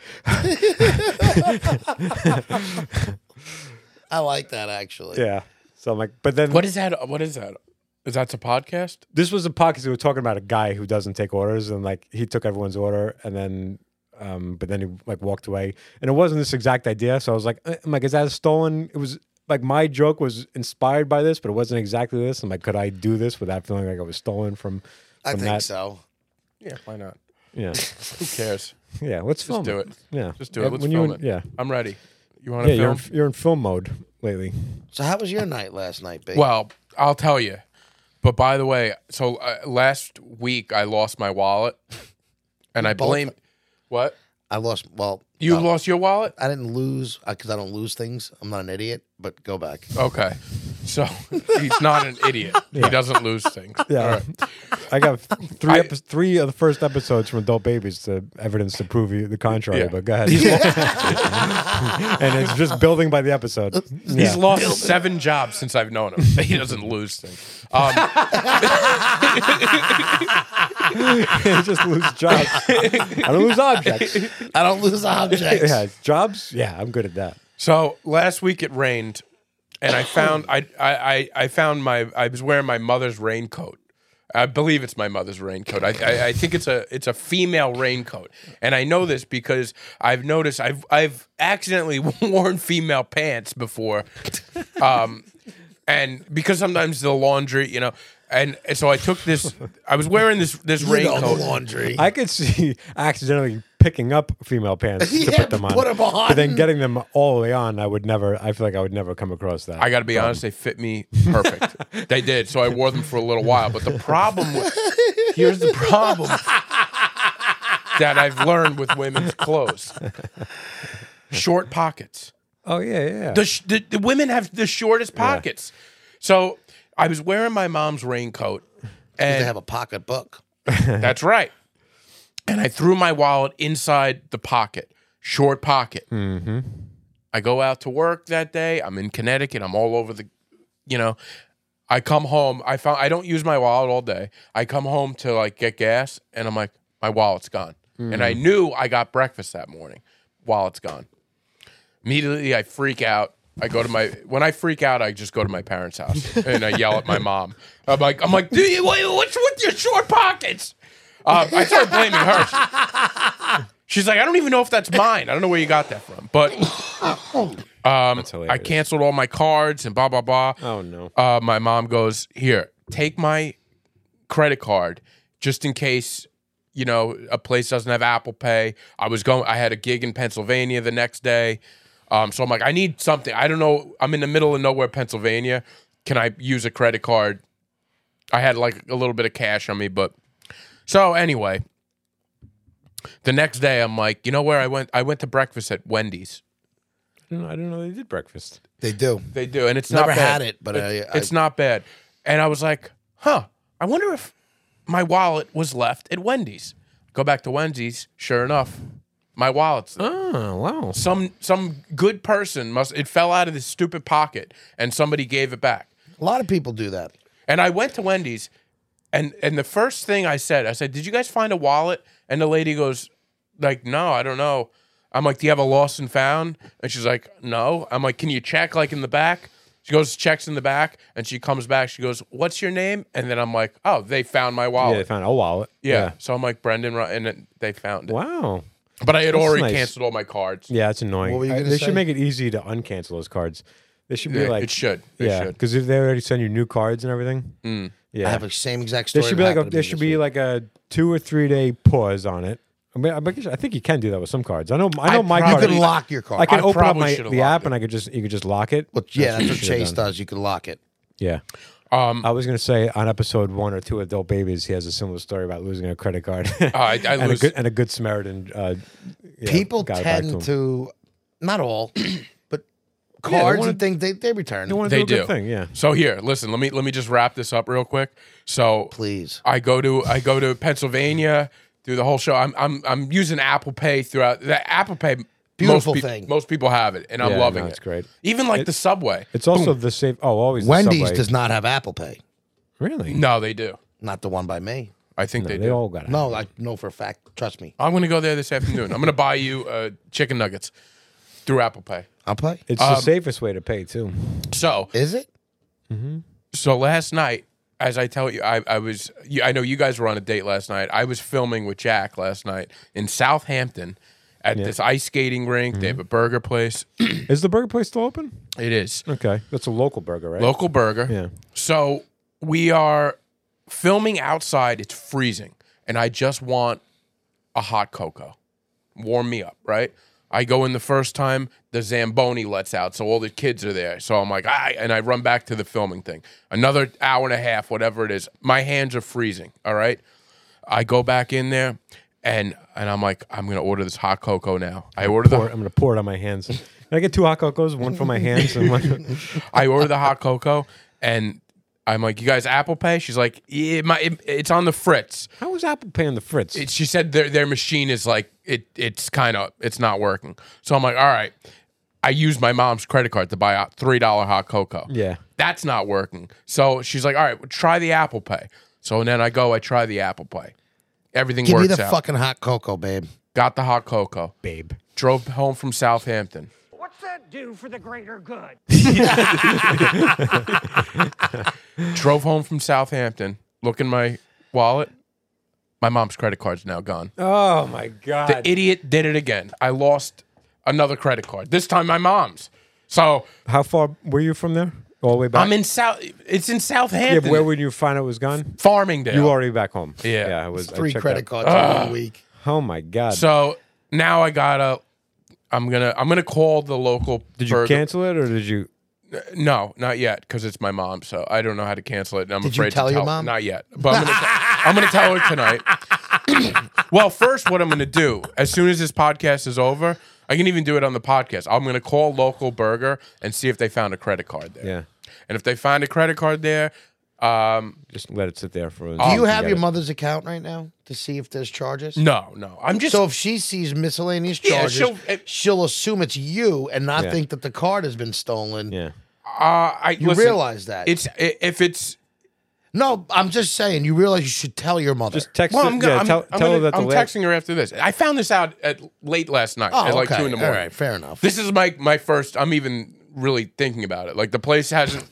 I like that actually.
Yeah. So I'm like, but then
What is that? What is that? Is that a podcast?
this was a podcast we were talking about a guy who doesn't take orders and like he took everyone's order and then um but then he like walked away and it wasn't this exact idea so i was like eh, i'm like is that a stolen it was like my joke was inspired by this but it wasn't exactly this i'm like could i do this without feeling like i was stolen from
I
from
think
that?
so.
Yeah, why not?
yeah
Who cares?
yeah let's film
do it.
yeah
Just do
Yeah,
it. Let's
when
film
you,
it.
yeah
I'm ready. You want
yeah
to
you're
film?
in, you're in film mode lately
So, how was your night last night, big?
Well, I'll tell you. But by the way, so uh, last week I lost my wallet, and I
both-
blame. What?
I lost. Well,
You
no,
lost your wallet?
I didn't lose because I don't lose things. I'm not an idiot. But go back.
Okay. So he's not an idiot. He doesn't lose things.
yeah
All right.
i got three
I-
epi- three of the first episodes from adult babies to evidence to prove you the contrary
Yeah.
but go ahead and it's just building by the episode.
He's
Yeah.
lost seven jobs since I've known him. He doesn't lose things. Um,
He just lose jobs. I don't lose objects.
I don't lose objects.
Yeah, jobs. Yeah, I'm good at that.
So last week it rained, and I found I, I I I found my I was wearing my mother's raincoat. I believe it's my mother's raincoat. I, I I think it's a it's a female raincoat, and I know this because I've noticed I've I've accidentally worn female pants before, um, and because sometimes the laundry, you know, and, and so I took this. I was wearing this this
Did all the
raincoat.
laundry.
I could see accidentally picking up female pants to
Yeah,
put them on.
put 'em
But then
on.
getting them all the way on, I would never. I feel like I would never come across that.
I got to be honest, they fit me perfect. they did. So I wore them for a little while. But the problem with, here's the problem that I've learned with women's clothes short pockets.
oh yeah, yeah.
The, sh- the, the women have the shortest pockets. So I was wearing my mom's raincoat.
They
And
have a pocketbook.
That's right. And I threw my wallet inside the pocket, short pocket. Mm-hmm. I go out to work that day. I'm in Connecticut. I'm all over the, you know. I come home. I found I don't use my wallet all day. I come home to like get gas, and I'm like, my wallet's gone. And I knew I got breakfast that morning. Wallet's gone. Immediately, I freak out. I go to my when I freak out, I just go to my parents' house and I yell at my mom. I'm like, I'm like, do you what- what's with your short pockets? Uh, I started blaming her. She's like, I don't even know if that's mine. I don't know where you got that from, but um, I
hilarious.
canceled all my cards and blah blah blah.
oh no.
Uh, my mom goes, here, take my credit card just in case you know a place doesn't have apple pay i was going i had a gig in pennsylvania the next day um, so i'm like i need something i don't know i'm in the middle of nowhere pennsylvania can i use a credit card i had like a little bit of cash on me but so anyway the next day i'm like you know where i went i went to breakfast at wendy's
I didn't, I didn't know they did breakfast.
They do.
they do and it's
Never
not
had
bad.
it, but I, I
it's not bad and i was like huh i wonder if my wallet was left at wendy's go back to wendy's sure enough my wallet's there.
Oh wow.
some some good person must it fell out of this stupid pocket and somebody gave it back
a lot of people do that.
and i went to wendy's and and the first thing i said i said did you guys find a wallet and the lady goes like no i don't know i'm like do you have a lost and found and she's like no i'm like can you check like in the back she goes checks in the back and she comes back she goes what's your name and then i'm like oh they found my
Yeah, they
wallet yeah,
found a wallet.
so i'm like brendan Ro- and then they found it
Wow.
but i had
That's
already
nice.
canceled all my cards
Yeah, that's annoying.
What were you
I-
gonna
they
say?
should make it easy to uncancel those cards. They should be
Yeah,
like
it should it
yeah,
should
because if they already send you new cards and everything, yeah,
Mm. I have the same exact story.
there should
that
be like a,
happened to
there
me
should
this
be
week.
like a two or three day pause on it. I mean, I think- I think you can do that with some cards. I know. I know my
probably-
card.
you can lock your card.
I can
I
open up
probably
my,
should've
the app
locked
and I could just you could just lock it.
Well, yeah, that's
you
what
should've
Chase
done.
does. You can lock it.
Yeah.
um
I was gonna say on episode one or two of Adult Babies, he has a similar story about losing a credit card.
Oh,
I- I
and,
lose-
a good, and a good Samaritan. Uh, yeah,
People
got it back
tend
him.
to, not all, but cards
wanna-
and things they they return.
They wanna
they
do. a
do
good thing, yeah.
so here listen let me let me just wrap this up real quick so
Please.
I go to I go to Pennsylvania through the whole show. I'm I'm I'm using Apple Pay throughout. The Apple Pay
Beautiful
most
thing.
Most people have it, and I'm
Yeah,
loving
no,
it.
it's great.
Even like the subway.
It's also the safe. Oh, always
Wendy's
the subway.
does not have Apple Pay.
really.
no, they do.
Not the one by me.
I think they,
they,
do.
all got it.
No, I know for a fact. Trust me.
I'm going to go there this afternoon. I'm going to buy you uh, chicken nuggets through Apple Pay.
I'll pay.
It's
Um,
the safest way to pay too.
So
Is it?
so last night, as I tell you, I I was you- I know you guys were on a date last night. I was filming with Jack last night in Southampton at this ice skating rink.
Mm-hmm.
They have a burger place.
Is the burger place still open?
it is.
Okay, that's a local burger, right?
Local burger.
Yeah.
So we are filming outside. It's freezing, and I just want a hot cocoa. Warm me up, right? I go in the first time, the Zamboni lets out, so all the kids are there. So I'm like, I and I run back to the filming thing. Another hour and a half, whatever it is. My hands are freezing. All right. I go back in there and and I'm like, I'm gonna order this hot cocoa now. I order
Pour
the
it- I'm gonna pour it on my hands. Can I get two hot cocos? One for my hands and one.
I order the hot cocoa, and I'm like, "You guys, Apple Pay?" She's like, "Yeah, my, it- it's on the fritz."
How was Apple paying the Fritz?
It, she said their their machine is like it it's kind of it's not working. So I'm like, "All right." I used my mom's credit card to buy a three dollar hot cocoa.
Yeah.
that's not working. So she's like, "All right, well, try the Apple Pay." So then I go, I try the Apple Pay. Everything
Give me
works
the
out.
fucking hot cocoa, babe.
Got the hot cocoa.
babe.
Drove home from Southampton.
What's that do for the greater good?
Drove home from Southampton. Look in my wallet. My mom's credit card's now gone.
Oh my god.
The idiot did it again. I lost another credit card. This time my mom's. So
How far were you from there? All the way back.
I'm in South. It's in
yeah,
Southampton.
but where would you find out it was gone?
Farmingdale.
You already back home.
Yeah.
yeah. I was I
Three
checked
credit
that.
cards in one week.
Oh my god.
So now I gotta. I'm gonna. I'm gonna call the local.
Did you
bird-
cancel it or did you?
No, not yet, because it's my mom. So I don't know how to cancel it. And I'm
Did you
afraid
tell
to
your
tell
mom?
Not yet, but I'm gonna, te- I'm gonna tell her tonight. well, first, what I'm gonna do as soon as this podcast is over, I can even do it on the podcast. I'm gonna call local burger and see if they found a credit card there.
Yeah.
And if they find a credit card there, um,
Just let it sit there for.
Do you have your mother's account right now to see if there's charges?
Mm.
no, no, I'm just uh,
So if she sees miscellaneous
Yeah,
charges,
she'll-
she'll,
it-
assume it's you and not
Yeah.
think that the card has been stolen.
Yeah.
Uh, I
You
listen,
realize that.
it's i- if it's
no, I'm just saying you realize you should tell your mother.
Just text.
well,
it-
I'm,
yeah,
gonna, I'm,
tell,
I'm
tell her
gonna-
that the
I'm
la-
texting her after this. I found this out at late last night
oh,
at like
okay.
two in the morning.
All right, fair enough.
This is my my first. I'm even really thinking about it. Like the place hasn't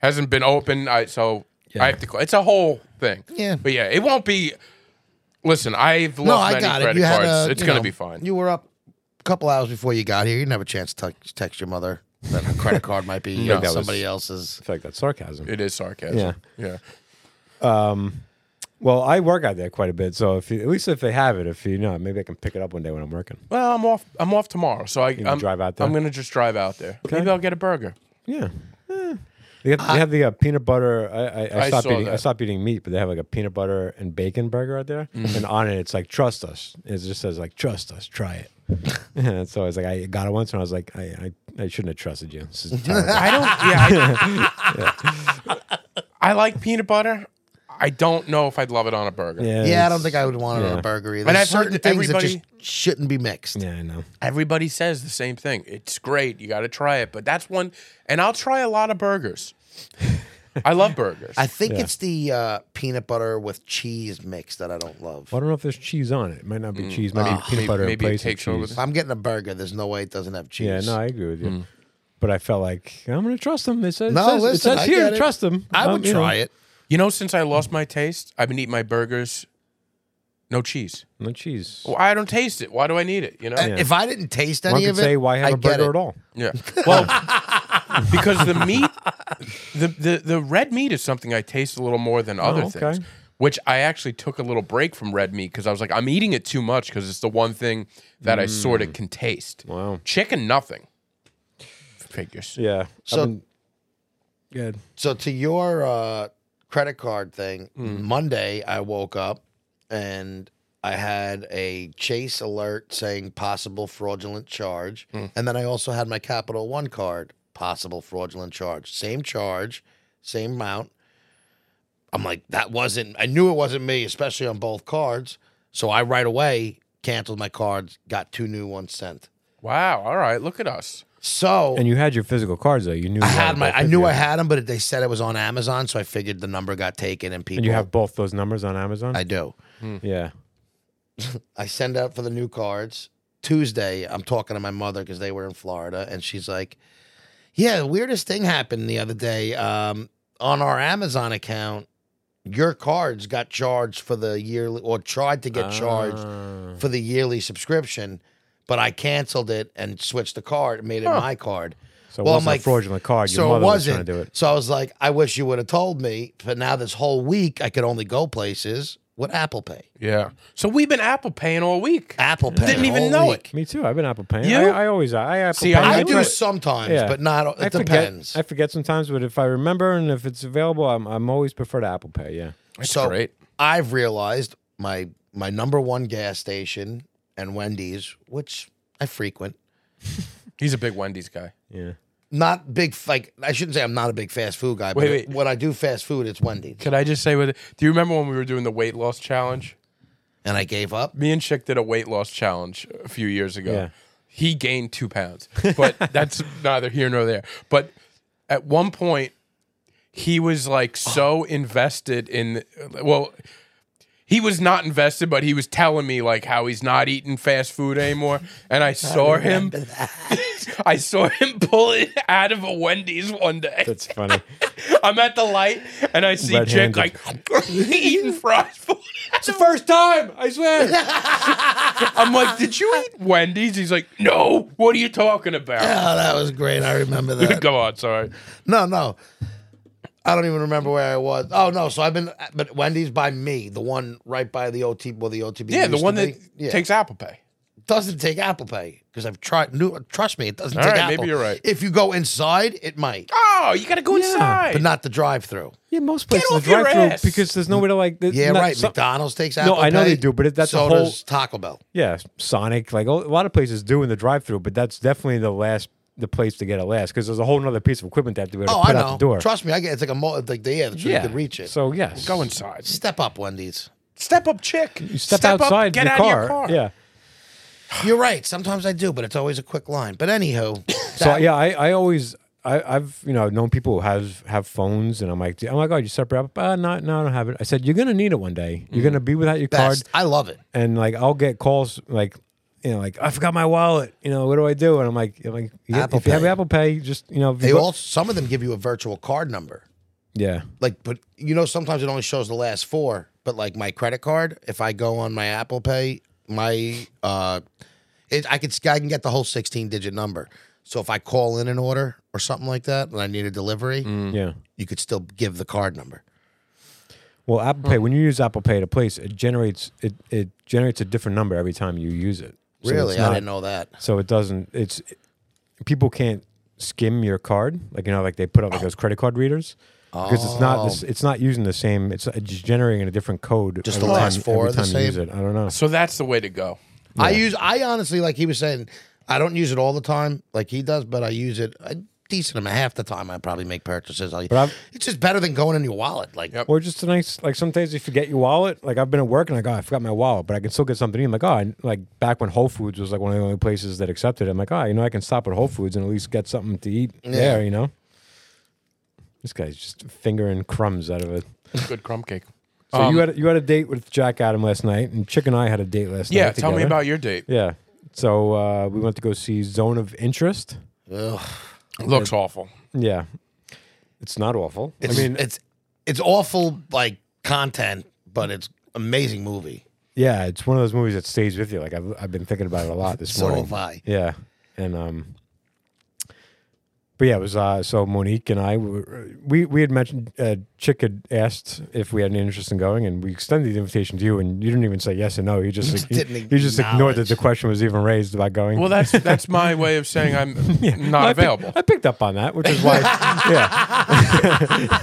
hasn't been open. I so I have to. call. It's a whole thing.
Yeah.
but yeah, it won't be. Listen, I've
no,
lost
I
many
got it.
credit
You had
cards.
a,
it's
you
gonna
know,
be fine.
You were up a couple hours before you got here. You didn't have a chance to text- text your mother that her credit card might be
No.
uh,
That was-
somebody else's.
I feel like that's sarcasm.
it is sarcasm.
Yeah.
yeah.
Well, I work out there quite a bit, so if you, at least if they have it, if you know, maybe I can pick it up one day when I'm working.
Well, I'm off. I'm off tomorrow, so I
gonna
I'm,
drive out there?
I'm gonna just drive out there. Maybe I'll get a burger.
Yeah. Eh. They, have, they have the uh, peanut butter. I, I, I,
I
stopped
saw
eating. I
that.
stopped eating meat, but they have like a peanut butter and bacon burger out there,
Mm-hmm.
and on it it's like trust us. It just says like trust us, try it. and so I was like, I got it once, and I was like, I I, I shouldn't have trusted you. This is terrible.
I don't. Yeah. I, I like peanut butter. I don't know if I'd love it on a burger.
Yeah, I don't
it's-
think I would want it on
yeah.
a burger either.
And
There's
I've heard
certain
that
things that just
everybody-
shouldn't be mixed.
Yeah, I know.
Everybody says the same thing. It's great. You got to try it. But that's one. And I'll try a lot of burgers. I love burgers.
I think it's the uh, peanut butter with cheese mix that I don't love.
Well, I don't know if there's cheese on it. It might not be cheese. Might be
Mm. Ah, Maybe-
peanut butter
maybe it
in place of
takes over
cheese.
If I'm getting a burger, there's no way it doesn't have cheese.
Yeah, no, I agree with you. But I felt like I'm gonna trust them. They said
No,
it says,
listen,
it
I
says here,
get it.
trust them.
I
Um,
would
you know.
try it.
you know, since I lost my taste, I've been eating my burgers, no cheese.
No cheese.
Well, I don't taste it. Why do I need it? You know.
If I didn't taste any
One could
of it,
say, why have
I
a
get
burger
it.
at all?
Yeah. Well, because the meat, the, the the red meat is something I taste a little more than other
okay.
things. Which I actually took a little break from red meat because I was like, I'm eating it too much because it's the one thing that I sort of can taste.
Wow.
Chicken, nothing. Figures.
Yeah.
So-
good.
So to your uh, credit card thing, Monday I woke up and I had a Chase alert saying possible fraudulent charge, and then I also had my Capital One card possible fraudulent charge, same charge, same amount. I'm like that wasn't. I knew it wasn't me, especially on both cards. So I right away canceled my cards, got two new ones sent.
Wow. All right. Look at us.
So
And you had your physical cards though. You knew.
Oh. I
you
had
them
my.
both
I
with
knew
you.
I had them, but they said it was on Amazon, so I figured the number got taken and people.
And you have both those numbers on Amazon.
I do.
yeah.
I send out for the new cards Tuesday. I'm talking to my mother because they were in Florida, and she's like, "Yeah, the weirdest thing happened the other day um, on our Amazon account. Your cards got charged for the yearly, or tried to get charged
Ah.
for the yearly subscription." But I canceled it and switched the card, made it my card.
So
Well,
it
I'm
wasn't
like,
a fraudulent card. Your
so it
mother was trying
wasn't.
to do it.
So I was like, I wish you would have told me. But now this whole week, I could only go places with Apple Pay.
Yeah. So we've been Apple paying all week.
Apple Pay.
Didn't
the
even
whole
know
week.
Me too. I've been Apple Paying.
You?
I, I always I Apple
See,
Pay.
I-
I,
I
do
try-
sometimes,
Yeah.
but not. It
I forget-
depends.
I forget sometimes, but if I remember and if it's available, I'm, I'm always prefer to Apple Pay. Yeah.
so
great.
I've realized my my number one gas station and Wendy's, which I frequent.
He's a big Wendy's guy.
Yeah.
Not big, f- like I shouldn't say I'm not a big fast food guy, but
Wait, wait.
when I do fast food, it's Wendy's,
Could I just say, with do you remember when we were doing the weight loss challenge?
and I gave up.
me and Chick did a weight loss challenge a few years ago.
Yeah.
He gained two pounds, but that's neither here nor there. But at one point, he was like so invested in, well, he was not invested, but he was telling me like how he's not eating fast food anymore. And I saw him, I saw him pull it out of a Wendy's one day.
That's funny.
I'm at the light and I see Chick
Red-handed.
like eating fried food.
it's the first time. I swear.
I'm like, did you eat Wendy's? He's like, no. What are you talking about?
Oh, that was great. I remember that.
Go on, sorry.
no, no, I don't even remember where I was. Oh no, so I've been, but Wendy's by me, the one right by the OT, well, the OTB.
Yeah, the
used to
one that
be. Yeah.
takes Apple Pay.
doesn't take Apple Pay because I've tried. New, trust me, it doesn't
All
take
right, maybe
Apple.
you're right.
If you go inside, it might,
Oh, you gotta go inside.
but not the drive-through.
Yeah, most places
off your
drive
ass.
through because there's no way to like. there's
Yeah,
not-
right.
some-
McDonald's takes Apple
No,
Pay.
I know they do, but it- that's a
so
whole-
does Taco Bell.
yeah, Sonic. Like a lot of places do in the drive through, but that's definitely the last, the place to get it last because there's a whole other piece of equipment that have to be able to
Oh,
put
I
out
know.
the door.
Trust me, I get it's like a mo- like yeah, that's yeah. you can reach it.
So yes,
Go inside.
step up, Wendy's.
Step up, chick.
You step, outside
Up, get
your
out
car.
of your car.
Yeah.
You're right. Sometimes I do, but it's always a quick line. But anywho,
So yeah, I, I always I, I've you know known people who have have phones, and I'm like I'm like oh you separate up? Uh, no, no, I don't have it. I said you're gonna need it one day. You're gonna be without your
Mm-hmm. best.
card,
I love it.
and like I'll get calls like you know like I forgot my wallet. You know what do I do? And I'm like I'm like you get-
Apple
if you have
Pay.
Apple Pay, just you know if you
They
go-
all some of them give you a virtual card number.
yeah
Like, but you know, sometimes it only shows the last four. But like my credit card, if I go on my Apple Pay, my uh, it, I could I can get the whole sixteen digit number. So if I call in an order or something like that, and I need a delivery,
yeah.
you could still give the card number.
Well, Apple Pay when you use Apple Pay at a place, it generates it it generates a different number every time you use it. So it's
Really, I
not-
didn't know that.
So it doesn't. It's people can't skim your card, like you know, like they put up like those credit card readers, because it's not this, it's not using the same. It's it's generating a different code.
Oh. Just
every
the last
time-
four
every
are the
time you use
same?
it. I don't know.
So that's the way to go.
I use I honestly like he was saying I don't use it all the time like he does, but I use it a decent amount. Half the time I probably make purchases. I,
I've-
it's just better than going in your wallet. Like
Yep.
Or just a nice like sometimes you forget your wallet. Like I've been at work and like oh I forgot my wallet, but I can still get something. in. I'm like oh and, like back when Whole Foods was like one of the only places that accepted. it, I'm like oh you know I can stop at Whole Foods and at least get something to eat there. You know. This guy's just fingering crumbs out of it.
Good crumb cake.
So
Um,
you had you had a date with Jack Adam last night, and Chick and I had a date last night.
Yeah, tell me
together.
about your date.
Yeah. So uh, we went to go see Zone of Interest.
Looks awful.
Yeah. It's not awful.
it's,
I mean,
it's it's awful like content, but it's amazing movie.
yeah, it's one of those movies that stays with you. Like I've I've been thinking about it a lot this
So
morning.
have I.
Yeah. And um but yeah, it was uh so Monique and I were, we we had mentioned uh, Chick had asked if we had any interest in going and we extended the invitation to you and you didn't even say yes or no. You just, you,
didn't
you just ignored that
acknowledge.
the question was even raised about going.
Well, that's that's my way of saying I'm not
I pick-
available.
I picked up on that, which is why yeah.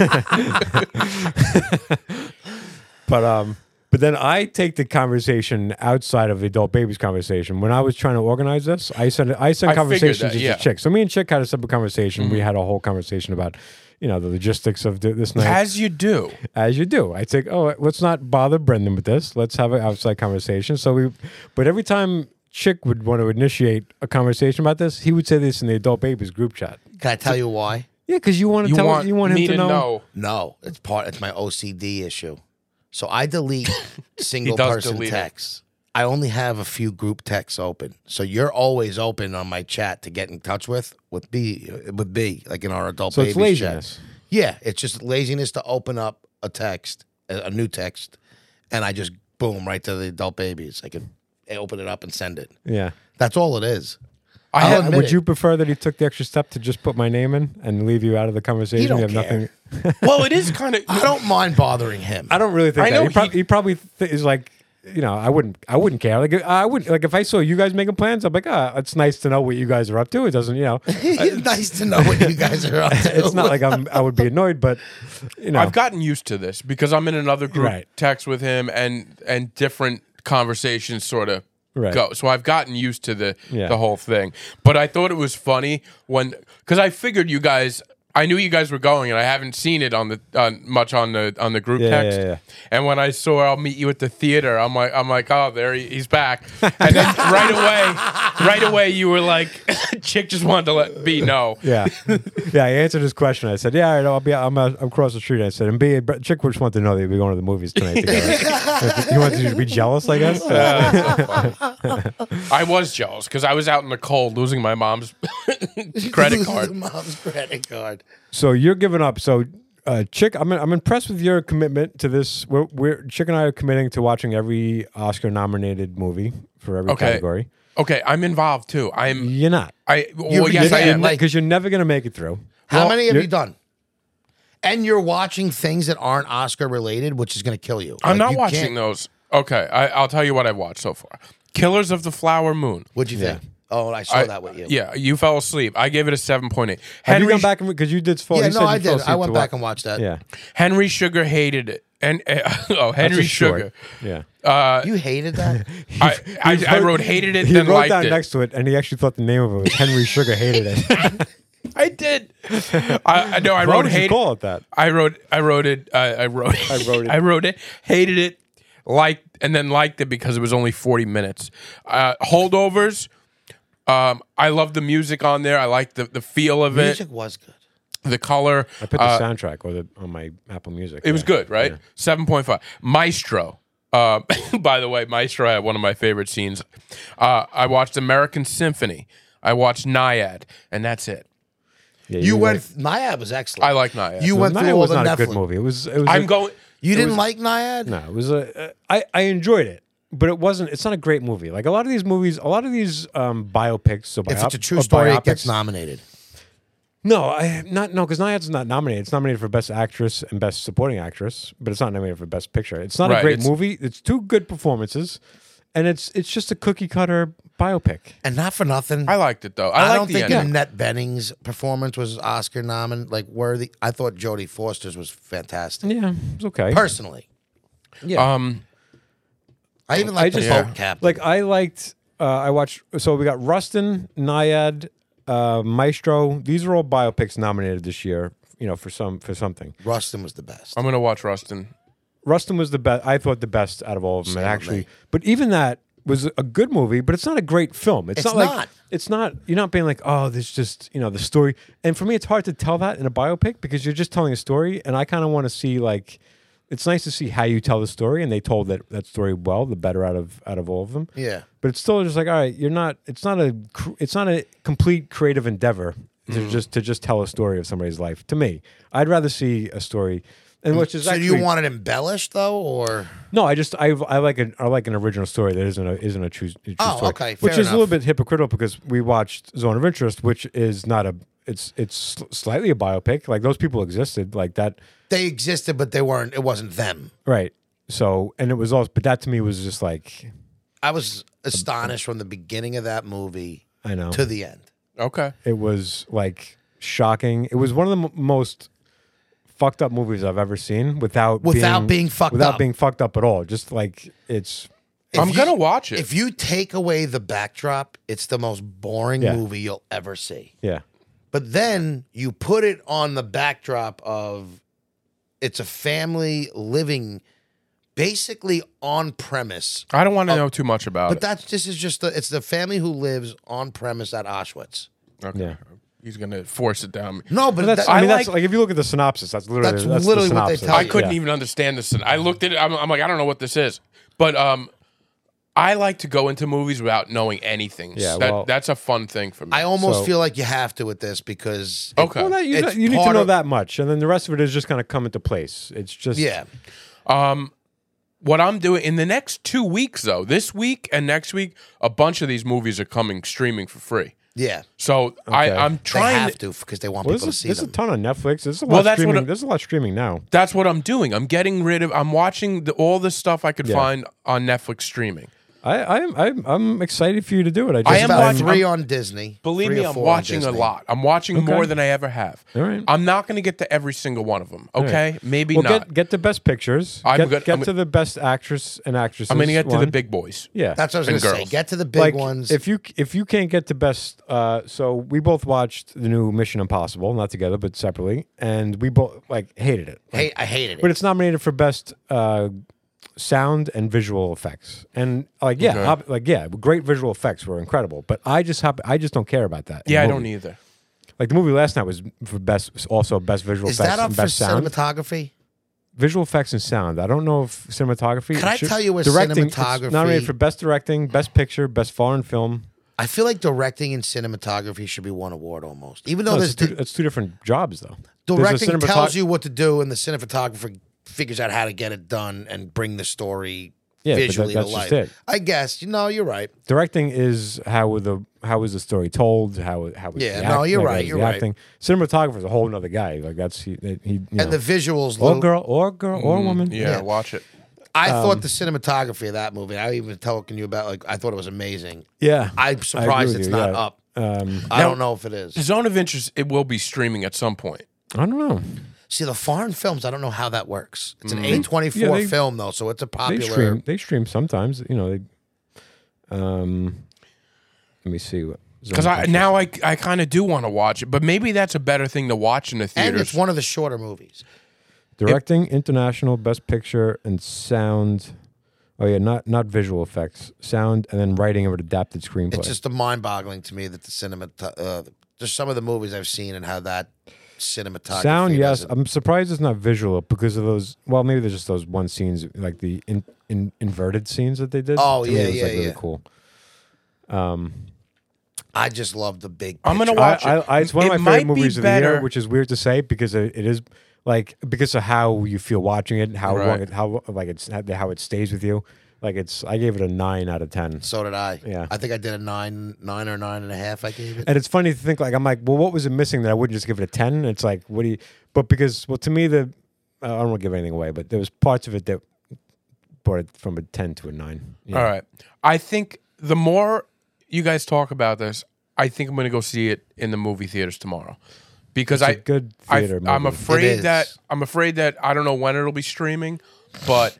but um but then I take the conversation outside of the adult babies conversation. When I was trying to organize this, I sent I sent
I figured
conversations
that,
just
yeah. Mm-hmm.
to Chick. So me and Chick had a separate conversation. We had a whole conversation about you know the logistics of th- this night, as,
As you do.
you do. I think, oh, let's not bother Brendan with this. Let's have an outside conversation. So we, but every time Chick would want to initiate a conversation about this, he would say this in the adult babies group chat.
Can I tell you why?
Yeah, because you want to
You
tell
want
you want him
me
to, know.
No, it's part. It's my OCD issue. So I delete single
does
person
delete it.
texts. I only have a few group texts open. So you're always open on my chat to get in touch with with B with B like in our adult.
So it's
babies chat.
laziness.
Yeah, it's just laziness to open up a text, a, a new text, and I just boom right to the adult babies. I can open it up and send it.
Yeah.
That's all it is.
I
I'll
have,
admit
Would
it.
you prefer that he took the extra step to just put my name in and leave you out of the conversation?
He don't
You have
care.
nothing.
well, it is kind of.
I don't mind bothering him.
I don't really think
I
that.
know
he, prob-
he-
he probably th- is like, you know, I wouldn't, I wouldn't care. Like, I wouldn't like if I saw you guys making plans. I'm like, ah, it's nice to know what you guys are up to. It doesn't, you know,
It's nice to know what you guys are up to.
it's not like I'm, I would be annoyed, but you know,
I've gotten used to this because I'm in another group
Right.
text with him and and different conversations sort of
Right.
go. So I've gotten used to the
Yeah.
the whole thing. But I thought it was funny when because I figured you guys. I knew you guys were going, and I haven't seen it on the on much on the on the group
Yeah, yeah,
text.
yeah.
And when I saw I'll meet you at the theater, I'm like I'm like oh there he, he's back, and then right away, right away you were like, chick just wanted to let B know.
Yeah, yeah. I answered his question. I said, "Yeah, all right, I'll be. I'm, out, I'm across the street." I said, "And B, but Chick just wanted to know that you'd be going to the movies tonight together. he wanted you to be jealous, I guess."
I was jealous because I was out in the cold losing my mom's credit card.
Mom's credit card.
so you're giving up. So, uh, Chick, I'm I'm impressed with your commitment to this. We're, we're Chick and I are committing to watching every Oscar-nominated movie for every
Okay.
category.
Okay, I'm involved too. I'm.
You're not.
I well,
you
yes, I
can't,
am.
like-
because you're never gonna make it through.
How
Well,
many have
you're-
you done? And you're watching things that aren't Oscar related, which is going to kill you.
I'm
Like,
not
you
watching
can't-
those. Okay, I, I'll tell you what I've watched so far. Killers of the Flower Moon.
What'd you think? Oh, I saw
I-
that with you.
Yeah, you fell asleep. I gave it a 7.8.
Have you
Henry,
gone back because you did fall?
Yeah,
you said
no,
you
I
fell
did. I
asleep
went
to watch-
back and watched that.
Yeah,
Henry Sugar hated it. And oh,
That's a
Henry Sugar.
short. Yeah,
You hated that?
I, I, I wrote hated it
He
then
wrote
liked
down
it.
next to it, and he actually thought the name of it was Henry Sugar hated it.
I did. I, I no, I
Why
wrote
would you
hated.
call it that?
I wrote I wrote it I, I wrote it, I
wrote it.
I wrote it hated it liked and then liked it because it was only 40 minutes. Uh, holdovers um, I love the music on there. I like the, the feel of
Music
it,
was good.
the color.
I put the
Uh,
soundtrack or the on my Apple Music.
It was
yeah.
good, right? Seven point five. Maestro. Uh, by the way, Maestro had one of my favorite scenes. Uh, I watched American Symphony. I watched Naiad, and that's it.
Yeah,
You
were
went.
right.
Naiad was
I
excellent.
like Naiad.
You
Well,
went
Naya
through all
was
the
not
Netflix.
a good movie. It was. It was
I'm
a-
going.
You didn't like Naiad?
No, it was a. I I enjoyed it, but it wasn't. It's not a great movie. Like a lot of these movies, a lot of these um, biopics. So
If
biop-
it's a true
or
story, it
biopics-
gets nominated.
No, I not no because Naiad's not nominated. It's nominated for best actress and best supporting actress, but it's not nominated for best picture. It's not
Right,
a great
it's-
movie. It's two good performances, and it's it's just a cookie cutter biopic.
And not for nothing.
I liked it though. I,
I
liked
don't
the
think
ending.
Annette Benning's performance was Oscar nominated, like worthy. I thought Jodie Foster's was fantastic.
Yeah, it's okay.
Personally,
yeah,
Um,
I even like the
just-
boat captain.
like I liked. Uh, I watched. So we got Rustin, Naiad, uh, Maestro. These are all biopics nominated this year. You know, for some for something.
Rustin was the best.
I'm gonna watch Rustin.
Rustin was the best. I thought the best out of all of them. and
with
actually,
me.
but even that was a good movie, but it's not a great film. It's,
It's
not like
not.
it's not. You're not being like, oh, this just you know the story. And for me, it's hard to tell that in a biopic because you're just telling a story, and I kind of want to see like. It's nice to see how you tell the story, and they told that, that story well. The better out of out of all of them.
Yeah.
but it's still just like, all right, you're not. It's not a. cr- It's not a complete creative endeavor to
Mm.
just to just tell a story of somebody's life. To me, I'd rather see a story, and which is
Mm. So do
actually,
you want it embellished though, or
no, I just I I like an I like an original story that isn't a isn't a true, a true
Oh,
story,
okay,
which
fair
is a little
enough.
bit hypocritical because we watched Zone of Interest, which is not a it's it's sl- slightly a biopic. Like those people existed, like that,
they existed but they weren't? It wasn't them.
right? So and it was all, but that to me was just like
I was astonished from the beginning of that movie
I
Oh.
know
to the end.
Okay.
it was like shocking. It was one of the m- most fucked up movies I've ever seen without
Without being fucked
without
up.
being fucked up at all. Just like it's
If
I'm
you-
gonna watch it.
If you take away the backdrop, it's the most boring
Yeah.
movie you'll ever see.
yeah.
But then you put it on the backdrop of it's a family living basically on premise.
I don't want to know too much about
Oh. But that's this is just the it's the family who lives on premise at Auschwitz.
it. Okay.
Yeah.
He's gonna force it down. me.
No, but
But that's,
that-
I, mean,
I
that's
like-
like if you look at the synopsis, that's literally
That's
that's, the
literally what they
synopsis.
tell
I
you.
couldn't
Yeah.
even understand this. I looked at it. I'm, I'm like, I don't know what this is. But um, I like to go into movies without knowing anything.
Yeah,
That-
well-
that's Oh. a fun thing for me.
I almost
So-
feel like you have to with this because
okay.
Well, that, you,
It's
you need
part
to know
of-
that much, and then the rest of it is just kind of come into place. It's just
yeah,
what I'm doing in the next two weeks, though, this week and next week, a bunch of these movies are coming streaming for free.
yeah.
So I,
Okay.
I'm
They
trying.
have
to-
to because they want
Well,
people to
there's a,
see
there's a
them.
ton on Netflix. There's a lot
Well,
of
that's what
streaming.
I-
there's a lot of streaming now.
that's what I'm doing. I'm getting rid of. I'm watching the, all the stuff I could
Yeah.
find on Netflix streaming.
I, I'm, I'm I'm excited for you to do it. I just
I
There's
am
about
watching-
three on Disney.
Believe
three
me,
or
I'm
four on
watching a
Disney.
lot. I'm watching more
Okay.
than I ever have.
All right.
I'm not going to get to every single one of them. Okay, maybe
well,
not.
get get the best pictures.
I'm
get
good-
get
I'm-
to the best actress and actresses.
I'm going to get to the
one.
big boys.
Yeah,
That's what I
And
was going to say.
girls.
Get to the big
like,
ones.
If you if you can't get the best, uh, so we both watched the new Mission Impossible, not together but separately, and we both like hated it. Like,
hey, I hated it.
but it's nominated for best uh, sound and visual effects. And like, yeah, ob- like yeah, great visual effects were incredible. But I just hop- I just don't care about that. in
Yeah, I
the
don't
movie.
either.
Like the movie last night was for best, also best visual
Is
effects
that up
and
for
best sound.
cinematography?
visual effects and sound. I don't know if cinematography.
Can I
should-
tell you what
directing, it's
cinematography-
nominated for best directing, best picture, best foreign film.
I feel like directing and cinematography should be one award almost. Even though
No,
there's
it's, two,
di-
it's two different jobs though. There's a
directing
cinematog-
tells you what to do, and the cinematographer figures out how to get it done and bring the story
Yeah, but that-
visually
that's
to
just
life.
it.
I guess you know you're right.
directing is how the how is the story told, how how is
Yeah,
the
no, you're
like,
right,
is the
you're right.
Acting. Cinematographer is a whole other guy. Like that's he, that he you know.
And the visuals
or
look.
girl or girl or woman.
Yeah, watch it.
I
um,
thought the cinematography of that movie. I even talking to you about like I thought it was amazing.
Yeah,
I'm surprised
with
it's
you,
not
yeah.
up.
Um,
I don't know if it
The
is.
Zone of Interest, it will be streaming at some point.
I don't know.
See, the foreign films, I don't know how that works. It's an A24
Yeah, they-
film though, so it's a
They
popular.
stream. They stream sometimes. You know. They, um, let me see what.
Because I now I, I kind of do want to watch it, but maybe that's a better thing to watch in the
and
theaters.
it's one of the shorter movies.
directing, international, best picture, and sound. Oh yeah, not not visual effects, sound, and then writing of an adapted screenplay.
It's just mind boggling to me that the cinema, uh, just some of the movies I've seen and how that cinematography.
Sound, yes.
doesn't-
I'm surprised it's not visual because of those. Well, maybe there's just those one scenes, like the in, in, inverted scenes that they did.
Oh,
To me,
yeah,
it was, like,
yeah,
really
yeah.
Cool.
I just love the big.
I'm gonna
picture.
I,
watch
I,
it.
I, it's one
It
of my favorite
might be
movies of the
better-
year, which is weird to say because it, it is like because of how you feel watching it, and how
Right.
long, it, how like it's how it stays with you. Like it's, I gave it a nine out of ten.
So did I.
Yeah.
I think I did a nine, nine or nine and a half. I gave it.
And it's funny to think like I'm like, well, what was it missing that I wouldn't just give it a ten? And it's like, what do you? But because well, to me the I don't want to give anything away, but there was parts of it that brought it from a ten to a nine. Yeah.
All right. I think the more you guys talk about this, I think I'm going to go see it in the movie theaters tomorrow because
It's a
I
good
I-
theater
I'm
movie.
afraid
It
that
is.
I'm afraid that I don't know when it'll be streaming, but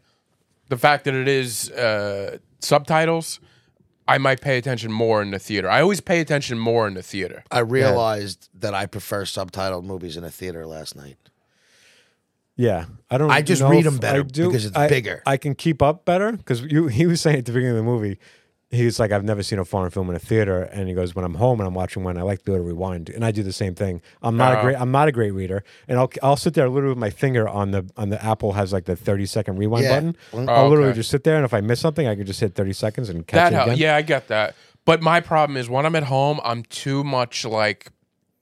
the fact that it is uh, subtitles, I might pay attention more in the theater. I always pay attention more in the theater.
I realized that I prefer subtitled movies in a theater last night.
Yeah, I don't.
I just
know
read
if
'em better
I do-
because it's
I-
bigger.
I can keep up better because you. He was saying at the beginning of the movie, he was like, "I've never seen a foreign film in a theater," and he goes, "When I'm home and I'm watching one, I like to be able to rewind." And I do the same thing. I'm not
Oh.
a great. I'm not a great reader, and I'll I'll sit there literally with my finger on the on the Apple has like the 30 second rewind
Yeah.
button.
Oh,
I'll literally
okay.
just sit there, and if I miss something, I can just hit 30 seconds and catch
That
it
hel-
again.
yeah, I get that. But my problem is when I'm at home, I'm too much like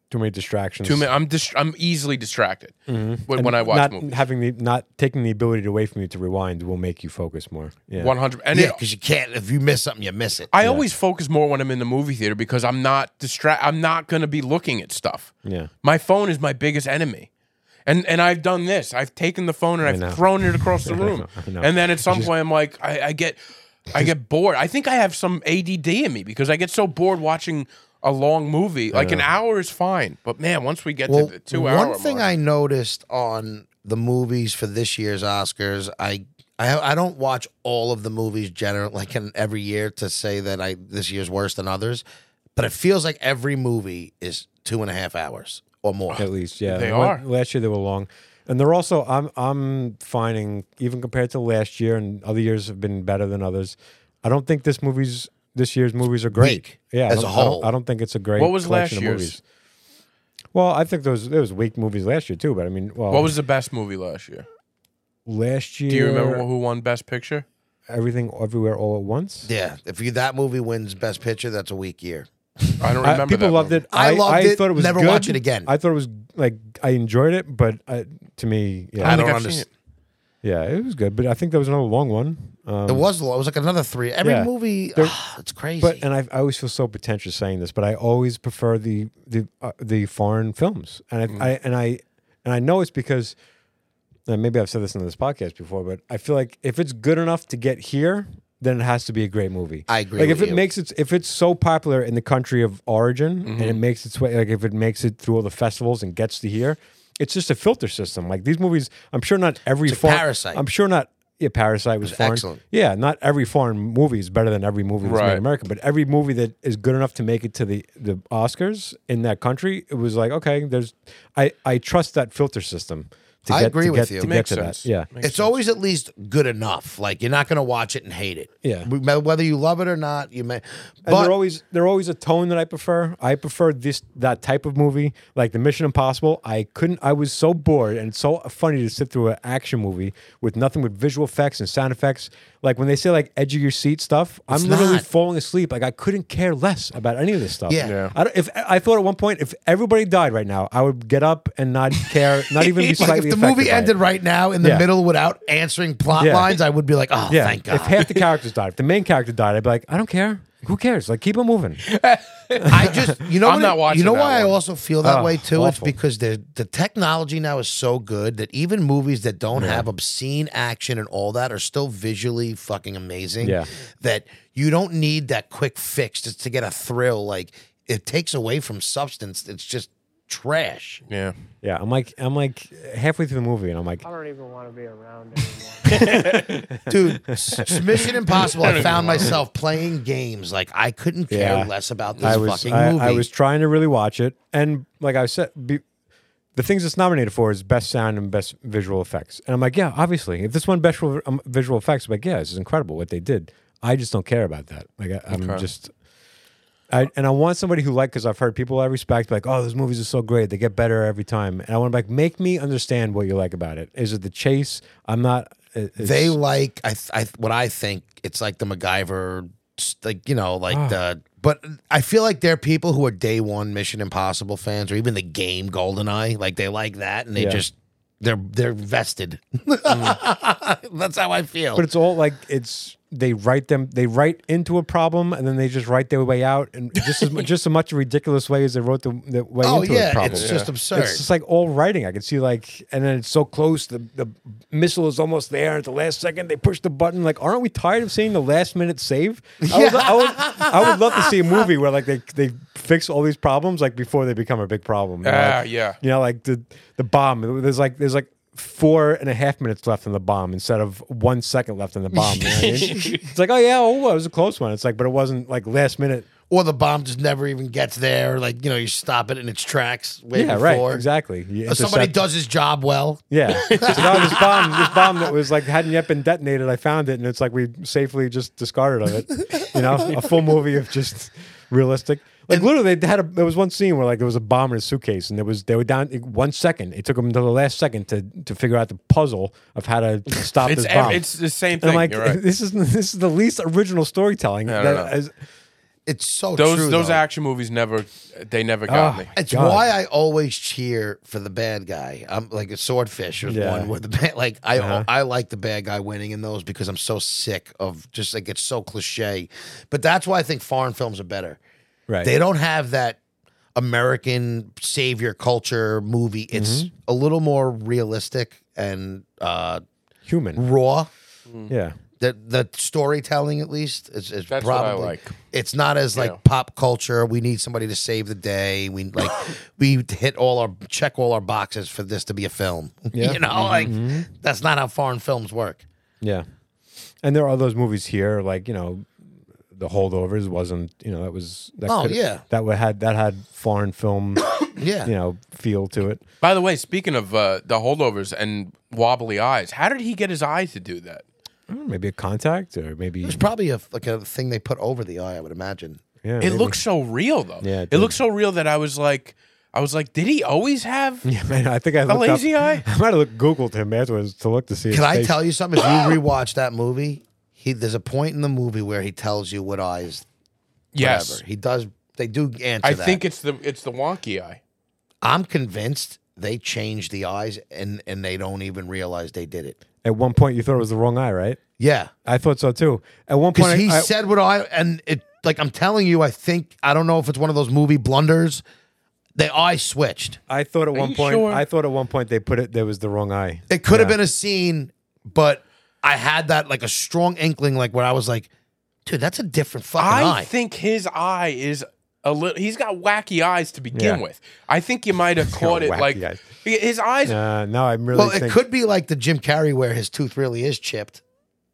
Too many distractions.
too many. I'm dist- I'm easily distracted when, when I watch
Mm-hmm. not
movies.
having the not taking the ability away from you to rewind will make you focus more. Yeah.
One hundred and
yeah,
it
because you can't. If you miss something, you miss it.
I always focus more when I'm in the movie theater because I'm not distract. I'm not going to be looking at stuff.
Yeah.
my phone is my biggest enemy, and and I've done this. I've taken the phone and
know.
I've thrown it across the room,
I know.
and then at some point I'm like, I, I get, I get bored. I think I have some ADD in me because I get so bored watching a long movie. Like an hour is fine, but man, once we get
Well,
to the two
one
hour
thing
mark,
I noticed on the movies for this year's Oscars, I. I, I don't watch all of the movies generally like in every year to say that I this year's worse than others, but it feels like every movie is two and a half hours or more.
at least. Yeah,
They
The one-
are.
Last year they were long, and they're also. I'm I'm finding even compared to last year and other years have been better than others. I don't think this movie's this year's movies are great.
Weak,
yeah, I
as a
don't- I don't-
whole.
I don't think it's a great.
What was
collection
last
of
year's?
Movies. Well, I think those there was weak movies last year too, but I mean, well,
what was the best movie last year?
last year?
Do you remember who won Best Picture?
Everything, everywhere, all at once.
Yeah, if you that movie wins Best Picture, that's a weak year.
I don't
I-
remember.
people
that
loved
movie.
it.
I loved it,
Thought it was
never
good.
watch it again.
I thought it was like I enjoyed it, but uh, to me, yeah,
I
don't
think I've seen
underst-
it.
yeah, it was good. But I think there was another long one. Um,
It was low. It was like another three. Every
Yeah.
movie,
There-
it's crazy.
But and I, I always feel so pretentious saying this, but I always prefer the the uh, the foreign films, and I,
Mm.
I and I and I know it's because and maybe I've said this in this podcast before, but I feel like if it's good enough to get here, then it has to be a great movie.
I agree
Like if
with
it
you.
makes it, if it's so popular in the country of origin and
Mm-hmm.
it makes its way, like if it makes it through all the festivals and gets to here, it's just a filter system. Like these movies, I'm sure not every
It's like
foreign-
Parasite.
I'm sure not. Yeah, Parasite was
It's
foreign.
excellent.
Yeah, not every foreign movie is better than every movie that's made in
Right.
America, but every movie that is good enough to make it to the, the Oscars in that country, it was like okay, there's I I trust that filter system. To
I
get,
agree
to
with
get,
you.
To
Makes
get to
sense.
that, yeah.
Makes
it's always at least good enough. Like you're not going to watch it and hate it.
Yeah.
Wh- Whether you love it or not, you may.
And
But
they're always they're always a tone that I prefer. I prefer this that type of movie, like the Mission Impossible. I couldn't. I was so bored and it's so funny to sit through an action movie with nothing but visual effects and sound effects. Like when they say like edge of your seat stuff, I'm literally
not.
falling asleep. Like I couldn't care less about any of this stuff.
Yeah. Yeah.
I don't, if I thought at one point if everybody died right now, I would get up and not care, not even be
like
slightly.
if the
affected
movie
by it.
ended right now in the
Yeah.
middle without answering plot
Yeah.
lines, I would be like, oh,
Yeah.
thank
If
God.
half the characters died, if the main character died, I'd be like, I don't care. Who cares? Like, keep it moving.
I just you know
I'm
what
not
it-
watching
you know
that
why I
one.
also feel that
Ugh,
way too. It's
Oh, awful.
because the the technology now is so good that even movies that don't have obscene action and all that are still visually fucking amazing.
Yeah.
That you don't need that quick fix just to get a thrill. Like it takes away from substance. It's just trash.
Yeah.
Yeah, I'm like, I'm like halfway through the movie, and I'm like,
I don't even want to be around anymore.
Dude, s- s- Mission Impossible. I found myself playing games like I couldn't care
Yeah.
less about this
I was,
fucking
I,
movie.
I was trying to really watch it, and like I said, be, the things it's nominated for is best sound and best visual effects, and I'm like, yeah, obviously, if this one best wi- um, visual effects, I'm like, yeah, this is incredible what they did. I just don't care about that. Like, I, I'm just. I, and I want somebody who like because I've heard people I respect like oh those movies are so great they get better every time and I want to like make me understand what you like about it is it the chase I'm not it- it's-
they like I, th- I what I think it's like the MacGyver, s- like you know, like the. But I feel like they're people who are day one Mission Impossible fans, or even the game GoldenEye. Like they like that, and they
Yeah.
just they're they're vested. That's how I feel.
Mm. But it's all like it's they write them they write into a problem and then they just write their way out and just as mu- just as much a ridiculous way as they wrote the, the way
oh
into a
yeah,
problem.
it's just absurd.
It's just like all writing. I can see like, and then it's so close. The the missile is almost there. At the last second, they push the button. Like, aren't we tired of seeing the last minute save? I, would, I, would, I would love to see a movie where like they they fix all these problems like before they become a big problem. You know,
Ah,
like-
yeah.
You know, like the the bomb. There's like there's like four and a half minutes left in the bomb instead of one second left in the bomb. You know what I mean? it's like, oh yeah, oh, it was a close one. It's like, but it wasn't like last minute.
or the bomb just never even gets there. Like you know, you stop it in its tracks. Way
yeah,
before.
right. Exactly. You
If somebody
intercept-
does his job well.
Yeah. so now this bomb, this bomb that was like hadn't yet been detonated, I found it, and it's like we safely just discarded of it. You know, a full movie of just realistic. Like literally, they had a, there was one scene where like there was a bomb in a suitcase, and there was they were down in one second. It took them until the last second to to figure out the puzzle of how to stop
It's
this
ev-
bomb.
it's the same
And I'm
thing,
like,
you're right.
this is this is the least original storytelling.
I
that
don't know.
is-
It's so
Those
true.
those
though.
action movies never they never got
Ah.
me.
It's
God.
why I always cheer for the bad guy. I'm like a swordfish was
Yeah.
one where the bad, like I I like the bad guy winning in those because I'm so sick of just like it's so cliche. But that's why I think foreign films are better.
right.
They don't have that American savior culture movie. It's a little more realistic and uh,
human.
raw.
Mm-hmm.
Yeah.
The the storytelling at least is, is
That's what I
probably
like.
it's not as like pop culture. We need somebody to save the day. We like we hit all our check all our boxes for this to be a film.
Yeah.
you know, like that's not how foreign films work.
Yeah. And there are those movies here, like, you know, the holdovers wasn't, you know, that was that
Oh,
coulda-
yeah.
That wa- had that had foreign film
Yeah.
you know, feel to it.
By the way, speaking of uh, the holdovers and wobbly eyes, how did he get his eyes to do that?
I
Mm.
don't know, Maybe a contact or maybe
It's probably a like a thing they put over the eye. I would imagine.
yeah,
It
maybe.
looked so real though.
Yeah, it
it,
did.
looked so real that I was like, I was like, did he always have?
yeah, man, I think I looked up-
lazy eye?
I might have looked, googled him afterwards to look to see.
Can I tell you something? If you rewatch that movie, he there's a point in the movie where he tells you what eyes.
yes,
Whatever. He does. They do answer.
I
that.
think it's the it's the wonky eye.
I'm convinced they changed the eyes and and they don't even realize they did it.
At one point, you thought it was the wrong eye, right?
Yeah.
I thought so too. At one
because
point,
he
I,
said what I and it like I'm telling you, I think I don't know if it's one of those movie blunders. They eye switched.
I, I thought at one
you
point,
sure?
I thought at one point they put it there was the wrong eye.
It could have been a scene, but I had that like a strong inkling, like where I was like, dude, that's a different fucking
I
eye.
think his eye is a little. He's got wacky eyes to begin
Yeah.
with. I think you might have caught it
wacky
like
eyes.
his eyes. Yeah,
Uh, now I'm really
well, it
think-
could be like the Jim Carrey where his tooth really is chipped.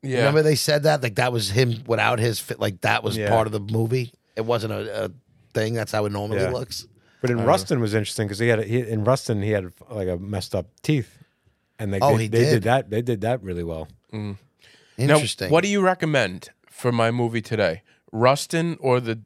Remember they said that? Like that was him without his fit like that was
Yeah.
part of the movie. It wasn't a, a thing. That's how it normally
Yeah.
looks.
But in Rustin was interesting because he had a, he, in Rustin he had like a messed up teeth, and like,
Oh,
they,
he
they did.
did.
that they did that really well.
Now,
Interesting.
what do you recommend for my movie today? Rustin or the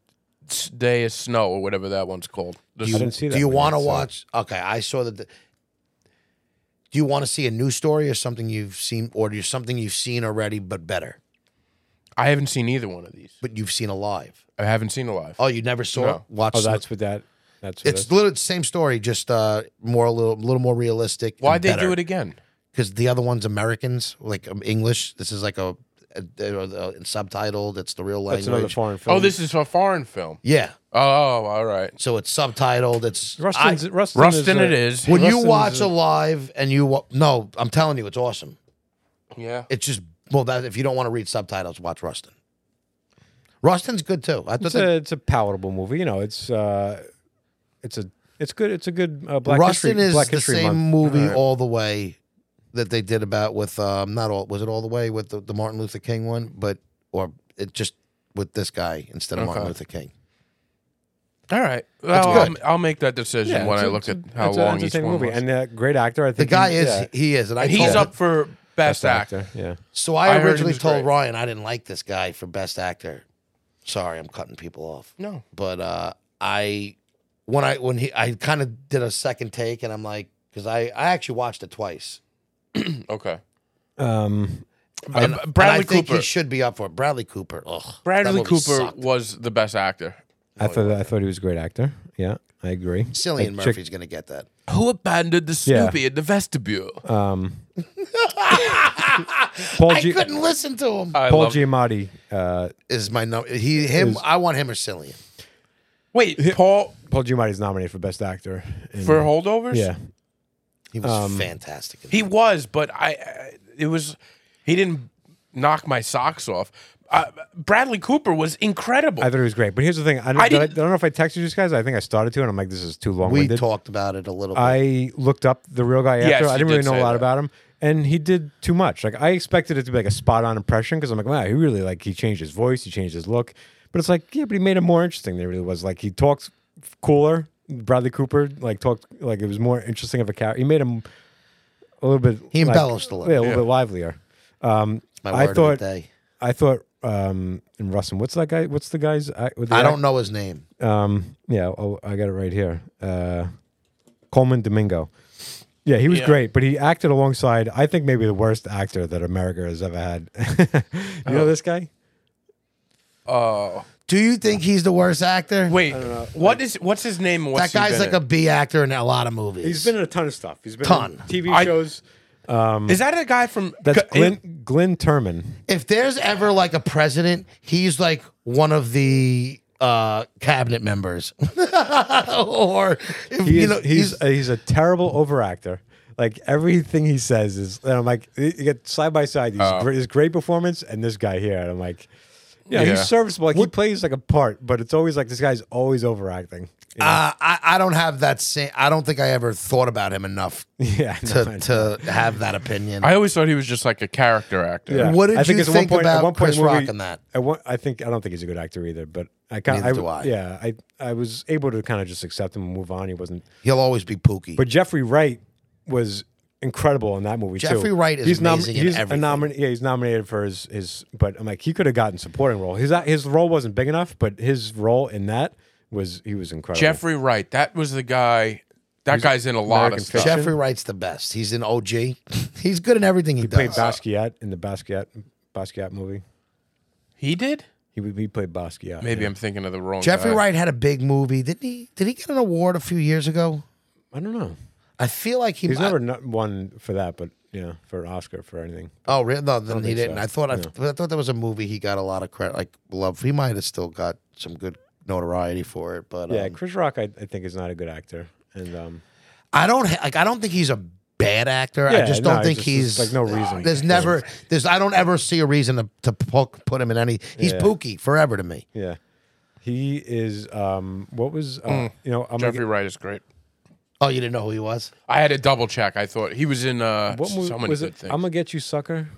S- Day of Snow or whatever that one's called? The
I didn't see that.
Do you
one
want to
yet, so-
watch? Okay, I saw that. The, do you want to see a new story or something you've seen, or do something you've seen already but better,
I haven't seen either one of these.
but you've seen alive?
I haven't seen Alive.
Oh, you never saw it?
No.
Watch.
Oh,
Snow-
that's what that. That's what
it's
that-
literally the same story, just uh, more a little, little more realistic.
Why'd they do it again?
Because the other one's Americans, like um, English. This is like a uh, they're, uh, subtitled. It's the real language.
That's another foreign film.
Oh, this is a foreign film.
Yeah.
Oh, all right.
So it's subtitled. It's
Rustin's,
I-
Rustin,
Rustin,
is,
it is.
when you
Rustin's
watch
a-
a live and you wa- no, I'm telling you, it's awesome.
Yeah.
It's just well, that if you don't want to read subtitles, watch Rustin. Rustin's good too. I thought
It's
that
a, it's a palatable movie. You know, it's uh, it's a it's good. It's a good uh, Black
Rustin
History,
is
Black
the
History
same
Month.
movie
Alright.
all the way that they did about with um not all was it all the way with the, the Martin Luther King one, but or it just with this guy instead of Martin
Okay.
Luther King.
All right. Well, I'll,
good.
I'll make that decision
Yeah,
when
it's
I
a-
look
it's
at
a-
how
it's a
long each
entertaining
one
movie.
was.
And uh, great actor. I
The
think
guy
he-
is
yeah,
he is, and I
And he's
told
up for best, actor.
Yeah.
So
I
I,
heard he
originally
was
told
great.
Ryan I didn't like this guy for best actor. Sorry, I'm cutting people off.
No.
But uh I when I when he I kind of did a second take and I'm like cuz I I actually watched it twice.
Okay.
Um,
Uh,
And,
B-
and
Bradley
I think
Cooper.
he should be up for it. Bradley Cooper. Ugh. that
Bradley
movie
Cooper
sucked.
was the best actor.
I thought I thought he was a great actor. Yeah, I agree.
Cillian
Like,
Murphy's going to get that.
Who abandoned the
Yeah.
Snoopy in the vestibule?
Um, Paul,
I
G-
couldn't listen to him.
I
Paul
love-
Giamatti. Uh,
is my number he him I want him or Cillian.
Wait, Paul
Paul Giamatti's nominated for Best Actor. in-
for holdovers?
yeah,
He was fantastic. in
Um, He was, but I. I- It was. He didn't knock my socks off. Uh, Bradley Cooper was incredible.
I thought he was great. But here's the thing: I,
I
don't- I,
didn't-
don't know if I texted you guys. I think I started to, and I'm like, this is too long.
that. we
winded.
talked about it a little bit.
I looked up the real guy after.
Yes,
I
you
didn't
did
really know
say
a lot
that.
about him, and he did too much. Like I expected it to be like a spot on impression because I'm like, wow, he really like he changed his voice, he changed his look, but it's like yeah, but he made it more interesting than he really was. Like he talked cooler. Bradley Cooper like talked like it was more interesting of a character. He made him a little bit.
He
like,
embellished a little.
Yeah, a little bit livelier. Um,
my
I
word
thought.
of the day.
I thought. Um, and Russell, what's that guy? What's the guy's? I, with the
I
act-
don't know his name.
um, yeah, oh, I got it right here. Uh, Coleman Domingo. Yeah, he was
Yeah.
great, but he acted alongside, I think, maybe the worst actor that America has ever had. you know this guy?
Oh,
Do you think he's the worst actor?
wait. What is? What's his name? and What's
that guy's like
a.
a B actor in a lot of movies.
He's been in a ton of stuff. He's been
Ton.
in TV
I-
shows.
um,
Is that a guy from?
That's
Gu-
Glenn, Glenn Turman.
if there's ever like a president, he's like one of the uh, cabinet members, or if,
He
you
is, he's, uh,
know, he's,
he's, a, he's a terrible overactor. Like everything he says is, and I'm like, you get side by side these
Oh.
great, his great performance and this guy here, and I'm like, yeah,
Yeah.
he's serviceable. Like he plays like a part, but it's always like this guy's always overacting. you know?
uh, I, I don't have that same. I don't think I ever thought about him enough
Yeah, I know, I
to
know.
to have that opinion.
I always thought he was just like a character actor.
Yeah.
What did
I think
you
it's
think about Chris Rock in that?
I, want, I think I don't think he's a good actor either, but I kind
Neither do I.
yeah, I I was able to kind of just accept him and move on. He wasn't,
He'll always be Pookie.
but Jeffrey Wright was incredible in that movie too.
Jeffrey Wright is
nom-
amazing in
he's a
everything.
nomin- yeah, he's nominated for his his, but I'm like he could have gotten supporting role. His his role wasn't big enough, but his role in that was he was incredible.
Jeffrey Wright. That was the guy. That guy's in a lot
American
of stuff.
Fiction.
Jeffrey Wright's the best. He's in OG. he's good in everything he,
played
does.
Basquiat in the Basquiat Basquiat movie.
He did.
He he played Basquiat.
Maybe
yeah.
I'm thinking of the wrong.
Jeffrey
guy.
Wright had a big movie, didn't he? Did he get an award a few years ago?
I don't know.
I feel like he
He's
might-
never not won for that, but you know, for an Oscar for anything.
Oh, really? No, then he
think
didn't.
so.
I thought I,
Yeah.
I thought that was a movie he got a lot of credit, like love. He might have still got some good notoriety for it, but
Yeah,
um,
Chris Rock, I, I think, is not a good actor, and um,
I don't ha- like. I don't think he's a bad actor. I
Yeah,
just don't
no,
think
it's
he's
just- there's no reason.
There's never. There's. I don't ever see a reason to to poke, put him in any. He's
Yeah.
Pookie forever to me.
yeah, he is. Um, what was uh,
Mm.
you know? I'm
Jeffrey
Gonna,
Wright is great.
Oh, you didn't know who he was?
I had to double check. I thought he was in uh,
what movie
so many
was
good
it?
things.
I'm gonna get you, sucker.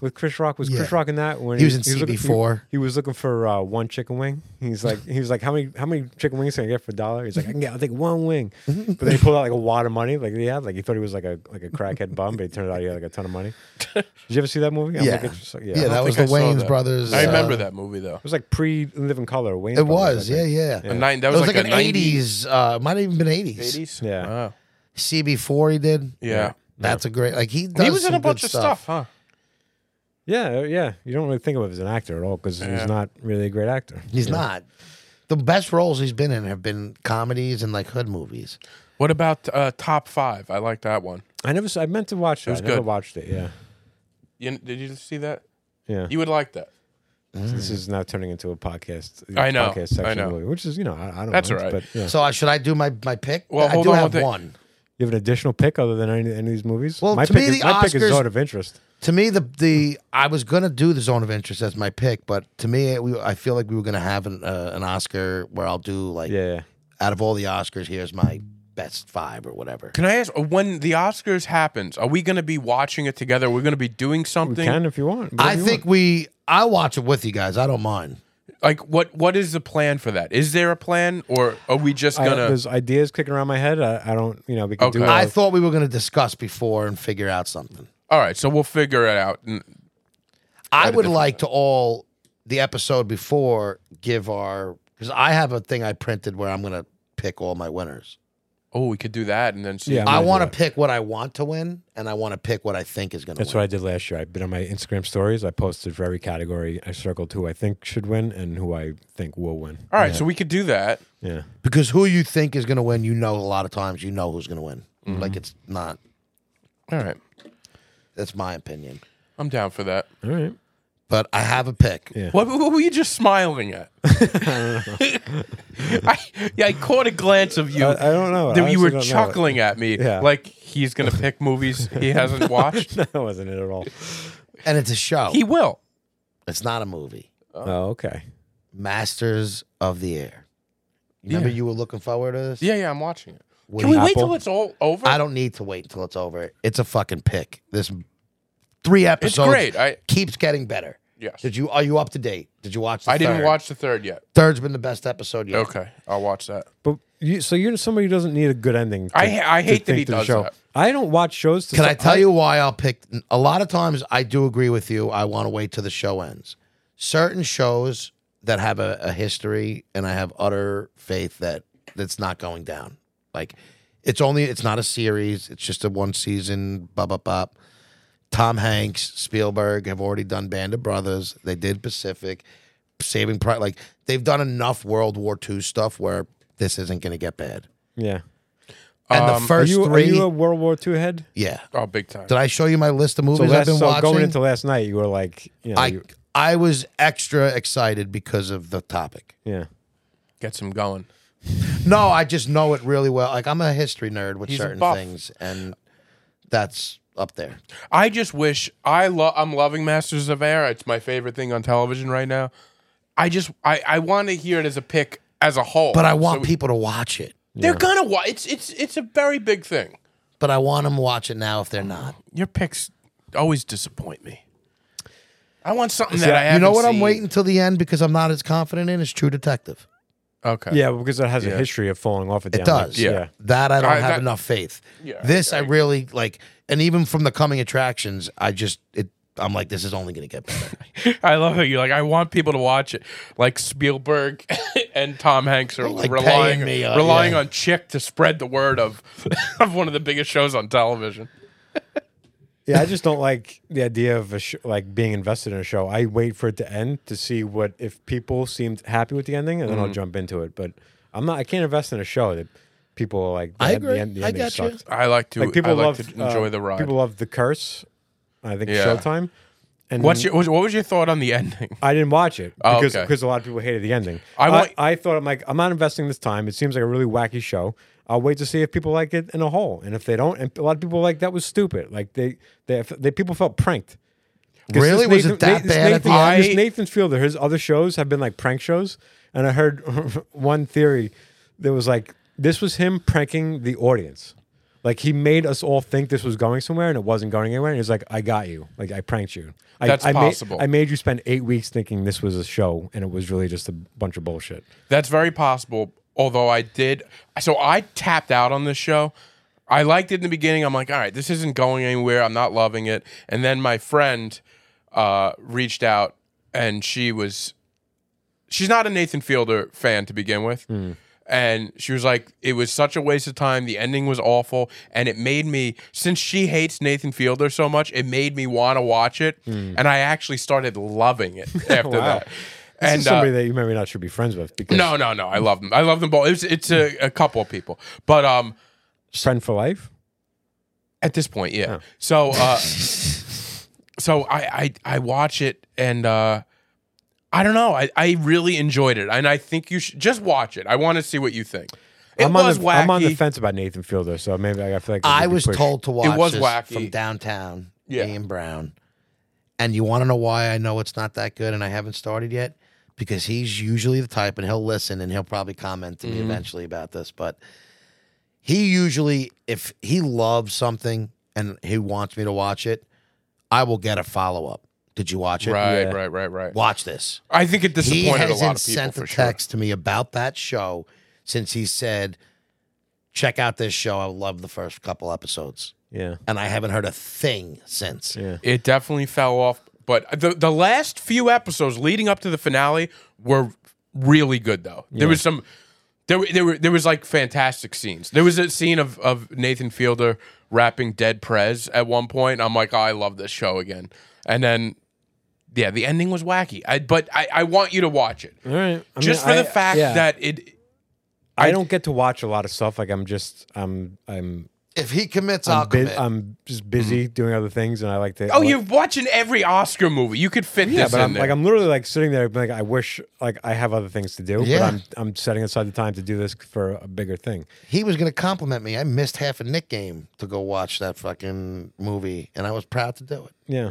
With Chris Rock, was Chris
Oh. Yeah.
Rock in that when
He was in
looking-
CB4.
He, he was looking for uh, one chicken wing. He's like, he was like, how many how many chicken wings can I get for a dollar? He's like, I can get, I'll take one wing. But then he pulled out like a wad of money, like yeah, like he thought he was like a like a crackhead bum, but it turned out he had like a ton of money. Did you ever see that movie? I'm
Yeah.
Gonna Get You, Sucker.
Yeah,
I
that
don't
was
think
the
I saw
Wayne's
that.
brothers.
I
uh,
remember that movie though.
It was like pre Living Color. Wayne
It was. Yeah, yeah.
A nine, that
It
was,
was like,
a
an 80s. Uh, might have even been 80s.
80s.
Yeah.
Wow.
CB4 he did.
Yeah.
That's a great. Like he. Does
He was in
some
a bunch
good
of stuff, huh?
Yeah, uh, yeah. You don't really think of him as an actor at all because
Yeah.
he's not really a great actor.
He's not. The best roles he's been in have been comedies and like hood movies.
What about uh, top five? I like that one.
I never. s- I meant to watch it.
was
I never
good.
watched it. Yeah.
You, did you see that?
Yeah.
You would like that.
This is now turning into a podcast. uh,
I know,
Podcast section
I know.
of the movie, which is you know I, I don't.
That's
mind,
all right.
But yeah.
So I should I do my my pick?
Well,
I
hold
do
on one
have
thing.
one.
you have an additional pick other than any, any of these movies.
Well,
my
to
pick
me,
is,
the
my pick
Oscars-
is zone of interest.
To me, the the I was gonna do the zone of interest as my pick, but to me, we, I feel like we were gonna have an uh, an Oscar where I'll do like
Yeah.
out of all the Oscars, here's my best five or whatever.
Can I ask uh, when the Oscars happens? Are we going to be watching it together? We're going to be doing
You
something.
can if you want.
I
whatever you
think
want.
we I'll watch it with you guys. I don't mind.
Like what? What is the plan for that? Is there a plan, or are we just
I,
gonna?
there's ideas kicking around my head. I, I don't. You know we can do.
Okay.
a-
I thought we were gonna discuss before and figure out something.
all right, so we'll figure it out. And
I would
different
like to all the episode before give our because I have a thing I printed where I'm gonna pick all my winners.
oh, we could do that, and then see.
Yeah. I'm
I
gonna do
want to
that.
pick what I want to win, and I want to pick what I think is gonna
That's
win.
what I did last year. I been on my Instagram stories. I posted for every category. I circled who I think should win and who I think will win.
All right, so we could do that.
Yeah.
Because who you think is gonna win, you know a lot of times you know who's gonna win.
Mm-hmm.
Like it's not.
All right,
That's my opinion.
I'm down for that.
All right.
But I have a pick.
Yeah.
What, what were you just smiling at? I, yeah, I caught a glance of you.
I, I don't know. I
that you
honestly
were
don't know.
chuckling at me,
Yeah.
like he's gonna pick movies he hasn't watched.
that wasn't it at all.
And it's a show.
He will.
It's not a movie.
Uh,
Oh, okay.
Masters of the Air. Remember, you were looking forward to this.
Yeah, yeah, I'm watching it.
What
Can
do
we
you-
wait
Apple?
till it's all over?
I don't need to wait until it's over. It's a fucking pick. This three
it's
episodes
great. I
keeps getting better.
yes.
Did you are you up to date? Did you watch? The
I didn't
third?
watch the third yet.
Third's been the best episode yet.
Okay, I'll watch that.
But you, so you're somebody who doesn't need a good ending. to-
I ha- I
to
hate that
think
he
to the
does
show.
that.
I don't watch shows. To
Can I tell you why I'll pick? A lot of times I do agree with you. I want to wait till the show ends. Certain shows that have a, a history, and I have utter faith that that's not going down. Like it's only it's not a series. It's just a one season. Blah blah blah. Tom Hanks, Spielberg have already done Band of Brothers. They did Pacific, Saving Private. Like they've done enough World War II stuff where this isn't going to get bad.
Yeah.
And
Um,
the
Are
first
you,
three,
are you a World War II head?
yeah.
Oh, big time.
Did I show you my list of movies
So,
I've
last,
been
so
watching?
going into last night, you were like, you know,
I
you-
I was extra excited because of the topic.
yeah.
Gets him going.
No, I just know it really well. Like I'm a history nerd with
He's a
certain
buff.
things, and that's up there.
I just wish I love. I'm loving Masters of Air. It's my favorite thing on television right now. I just I I want to hear it as a pick as a whole.
But I want
So
people to watch it.
They're gonna watch. It's it's it's a very big thing.
But I want them to watch it now if they're not.
Your picks always disappoint me. I want something
See,
that I
I-
haven't
you know what? I'm
seen.
waiting till the end because I'm not as confident in is True Detective.
Okay.
Yeah, because it has
Yeah.
a history of falling off at the
It
end.
does.
Yeah.
That I don't
I-
have
that-
enough faith.
Yeah,
this
I
I,
agree.
really like, and even from the coming attractions, I just it. I'm like, this is only going to get better.
I love it. You're like, I want people to watch it. Like Spielberg and Tom Hanks are
Like
relying
paying me, uh,
relying
yeah.
on Chick to spread the word of of one of the biggest shows on television.
Yeah, I just don't like the idea of a sh- like being invested in a show. I wait for it to end to see what if people seemed happy with the ending, and then
Mm-hmm.
I'll jump into it. But I'm not. I can't invest in a show that people are like.
I
the- the
agree.
end- the
I
ending
got you.
sucks.
I like to
Like people
I like
love
to enjoy
uh,
the ride.
People love the curse. I think
Yeah.
Showtime. And
What's
then-
your what was your thought on the ending?
I didn't watch it
Oh,
because
okay.
because a lot of people hated the ending.
I
I,
want-
I thought I'm like I'm not investing this time. It seems like a really wacky show. I'll wait to see if people like it in a whole, and if they don't, and a lot of people were like that was stupid. Like they they, they people felt pranked. 'Cause
Really?
this
Was it that
this
bad at the
Nathan-
end?
this Nathan Fielder, his other shows have been like prank shows, and I heard one theory that was like this was him pranking the audience. Like he made us all think this was going somewhere and it wasn't going anywhere. And he's like, "I got you. Like I pranked you. I,
That's
I ma-
possible.
I made you spend eight weeks thinking this was a show and it was really just a bunch of bullshit.
That's very possible. Although I did, so I tapped out on this show. I liked it in the beginning. I'm like, all right, this isn't going anywhere. I'm not loving it. And then my friend uh, reached out, and she was, she's not a Nathan Fielder fan to begin with,
Hmm.
and she was like, it was such a waste of time. The ending was awful, and it made me, since she hates Nathan Fielder so much, it made me want to watch it,
Hmm.
and I actually started loving it after that.
This
and
is
uh,
somebody that you maybe not should be friends with because
no, no, no. I love them. I love them both. It's it's a, a couple of people, but um,
friend for life.
at this point, yeah. So uh, so I, I I watch it and uh I don't know. I, I really enjoyed it, and I think you should just watch it. I want to see what you think. It
I'm on
was
the,
wacky.
I'm on the fence about Nathan Fielder, so maybe I feel like
I
could be
was
pushed.
told to watch
was
this
wacky.
from downtown,
Yeah.
Ian Brown. And you want to know why I know it's not that good and I haven't started yet? Because he's usually the type, and he'll listen and he'll probably comment to me
Mm-hmm.
eventually about this. But he usually, if he loves something and he wants me to watch it, I will get a follow up. Did you watch it?
Right,
Yeah.
right, right, right.
Watch this
I think it
he
disappointed a
hasn't
lot of people
sent a
for
text to me about that show since he said, "Check out this show. I love the first couple episodes,"
Yeah.
and I haven't heard a thing since.
Yeah.
sure. It definitely fell off, but the the last few episodes leading up to the finale were really good though. There was some there were, there were there was like fantastic scenes. There was a scene of of Nathan Fielder rapping Dead Prez at one point. I'm like, oh, I love this show again. And then yeah, the ending was wacky. I, but I, I want you to watch it.
All right. I
Just
mean,
for
I-
the fact
yeah.
that it
I don't get to watch a lot of stuff. Like I'm just I'm I'm
If he commits, I'll
I'm, bu-
commit.
I'm just busy doing other things, and I like to. I
Mm-hmm. Oh,
like-
you're watching every Oscar movie. You could fit
Yeah,
this
but
in
I'm
there.
like I'm literally like sitting there like I wish like I have other things to do,
Yeah.
but I'm I'm setting aside the time to do this for a bigger thing.
he was going to compliment me. I missed half a Nick game to go watch that fucking movie, and I was proud to do it.
Yeah.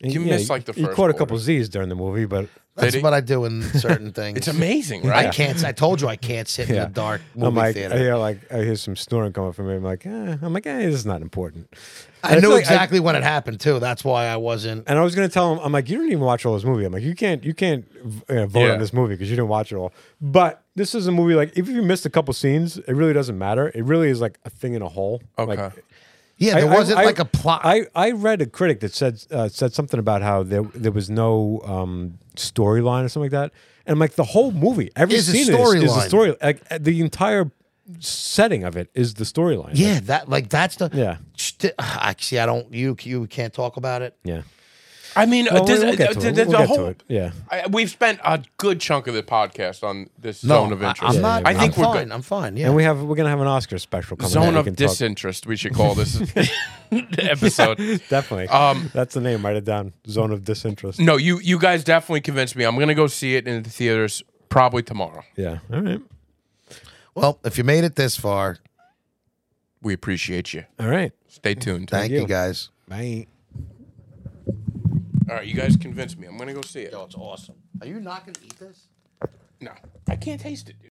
And,
You
yeah,
missed, like, the
You
first
caught a couple
quarter.
Z's during the movie, but
That's
Did he-
what I do in certain things.
it's amazing,
I
right?
can't. I told you I can't sit in the dark movie
I'm like,
theater.
yeah, like I hear some snoring coming from me. I'm like, eh. I'm like, eh, this is not important.
I
It's
knew
like,
exactly when it happened too. That's why I wasn't.
and I was gonna tell him, I'm like, you didn't even watch all this movie. I'm like, you can't, you can't uh, vote
Yeah.
on this movie because you didn't watch it all. But this is a movie like if you missed a couple scenes, it really doesn't matter. It really is like a thing in a hole. Like,
Okay.
Yeah,
I-
there
I-
wasn't
I-
like a plot.
I, I read a critic that said uh, said something about how there there was no um, storyline or something like that. And I'm like, the whole movie, every
Is a
scene of this is
storyline.
the story. Like uh, the entire setting of it is the storyline. Like,
Yeah, that like that's the
Yeah.
St- actually, I don't. You you can't talk about it.
yeah.
I mean,
Well,
this,
we'll get to
uh,
it.
the-
We'll
the
get to
whole-
it. Yeah.
I, we've spent a good chunk of the podcast on this zone of
I,
interest.
am not.
I think
am
we're
fine.
good.
I'm fine. Yeah.
And we have we're gonna have an Oscar special coming. out.
Zone
We
of
can talk-
disinterest, we should call this episode.
Definitely.
Um,
That's the name. Write it down. Zone of disinterest.
no, you you guys definitely convinced me. I'm going to go see it in the theaters probably tomorrow.
Yeah. All right.
well, if you made it this far,
We appreciate you.
All right.
Stay tuned.
thank you,
you.
guys.
Bye.
All right, you guys Oh, convinced me. I'm going to go see it.
it's awesome. Are you not gonna eat this?
No, I can't taste it. dude.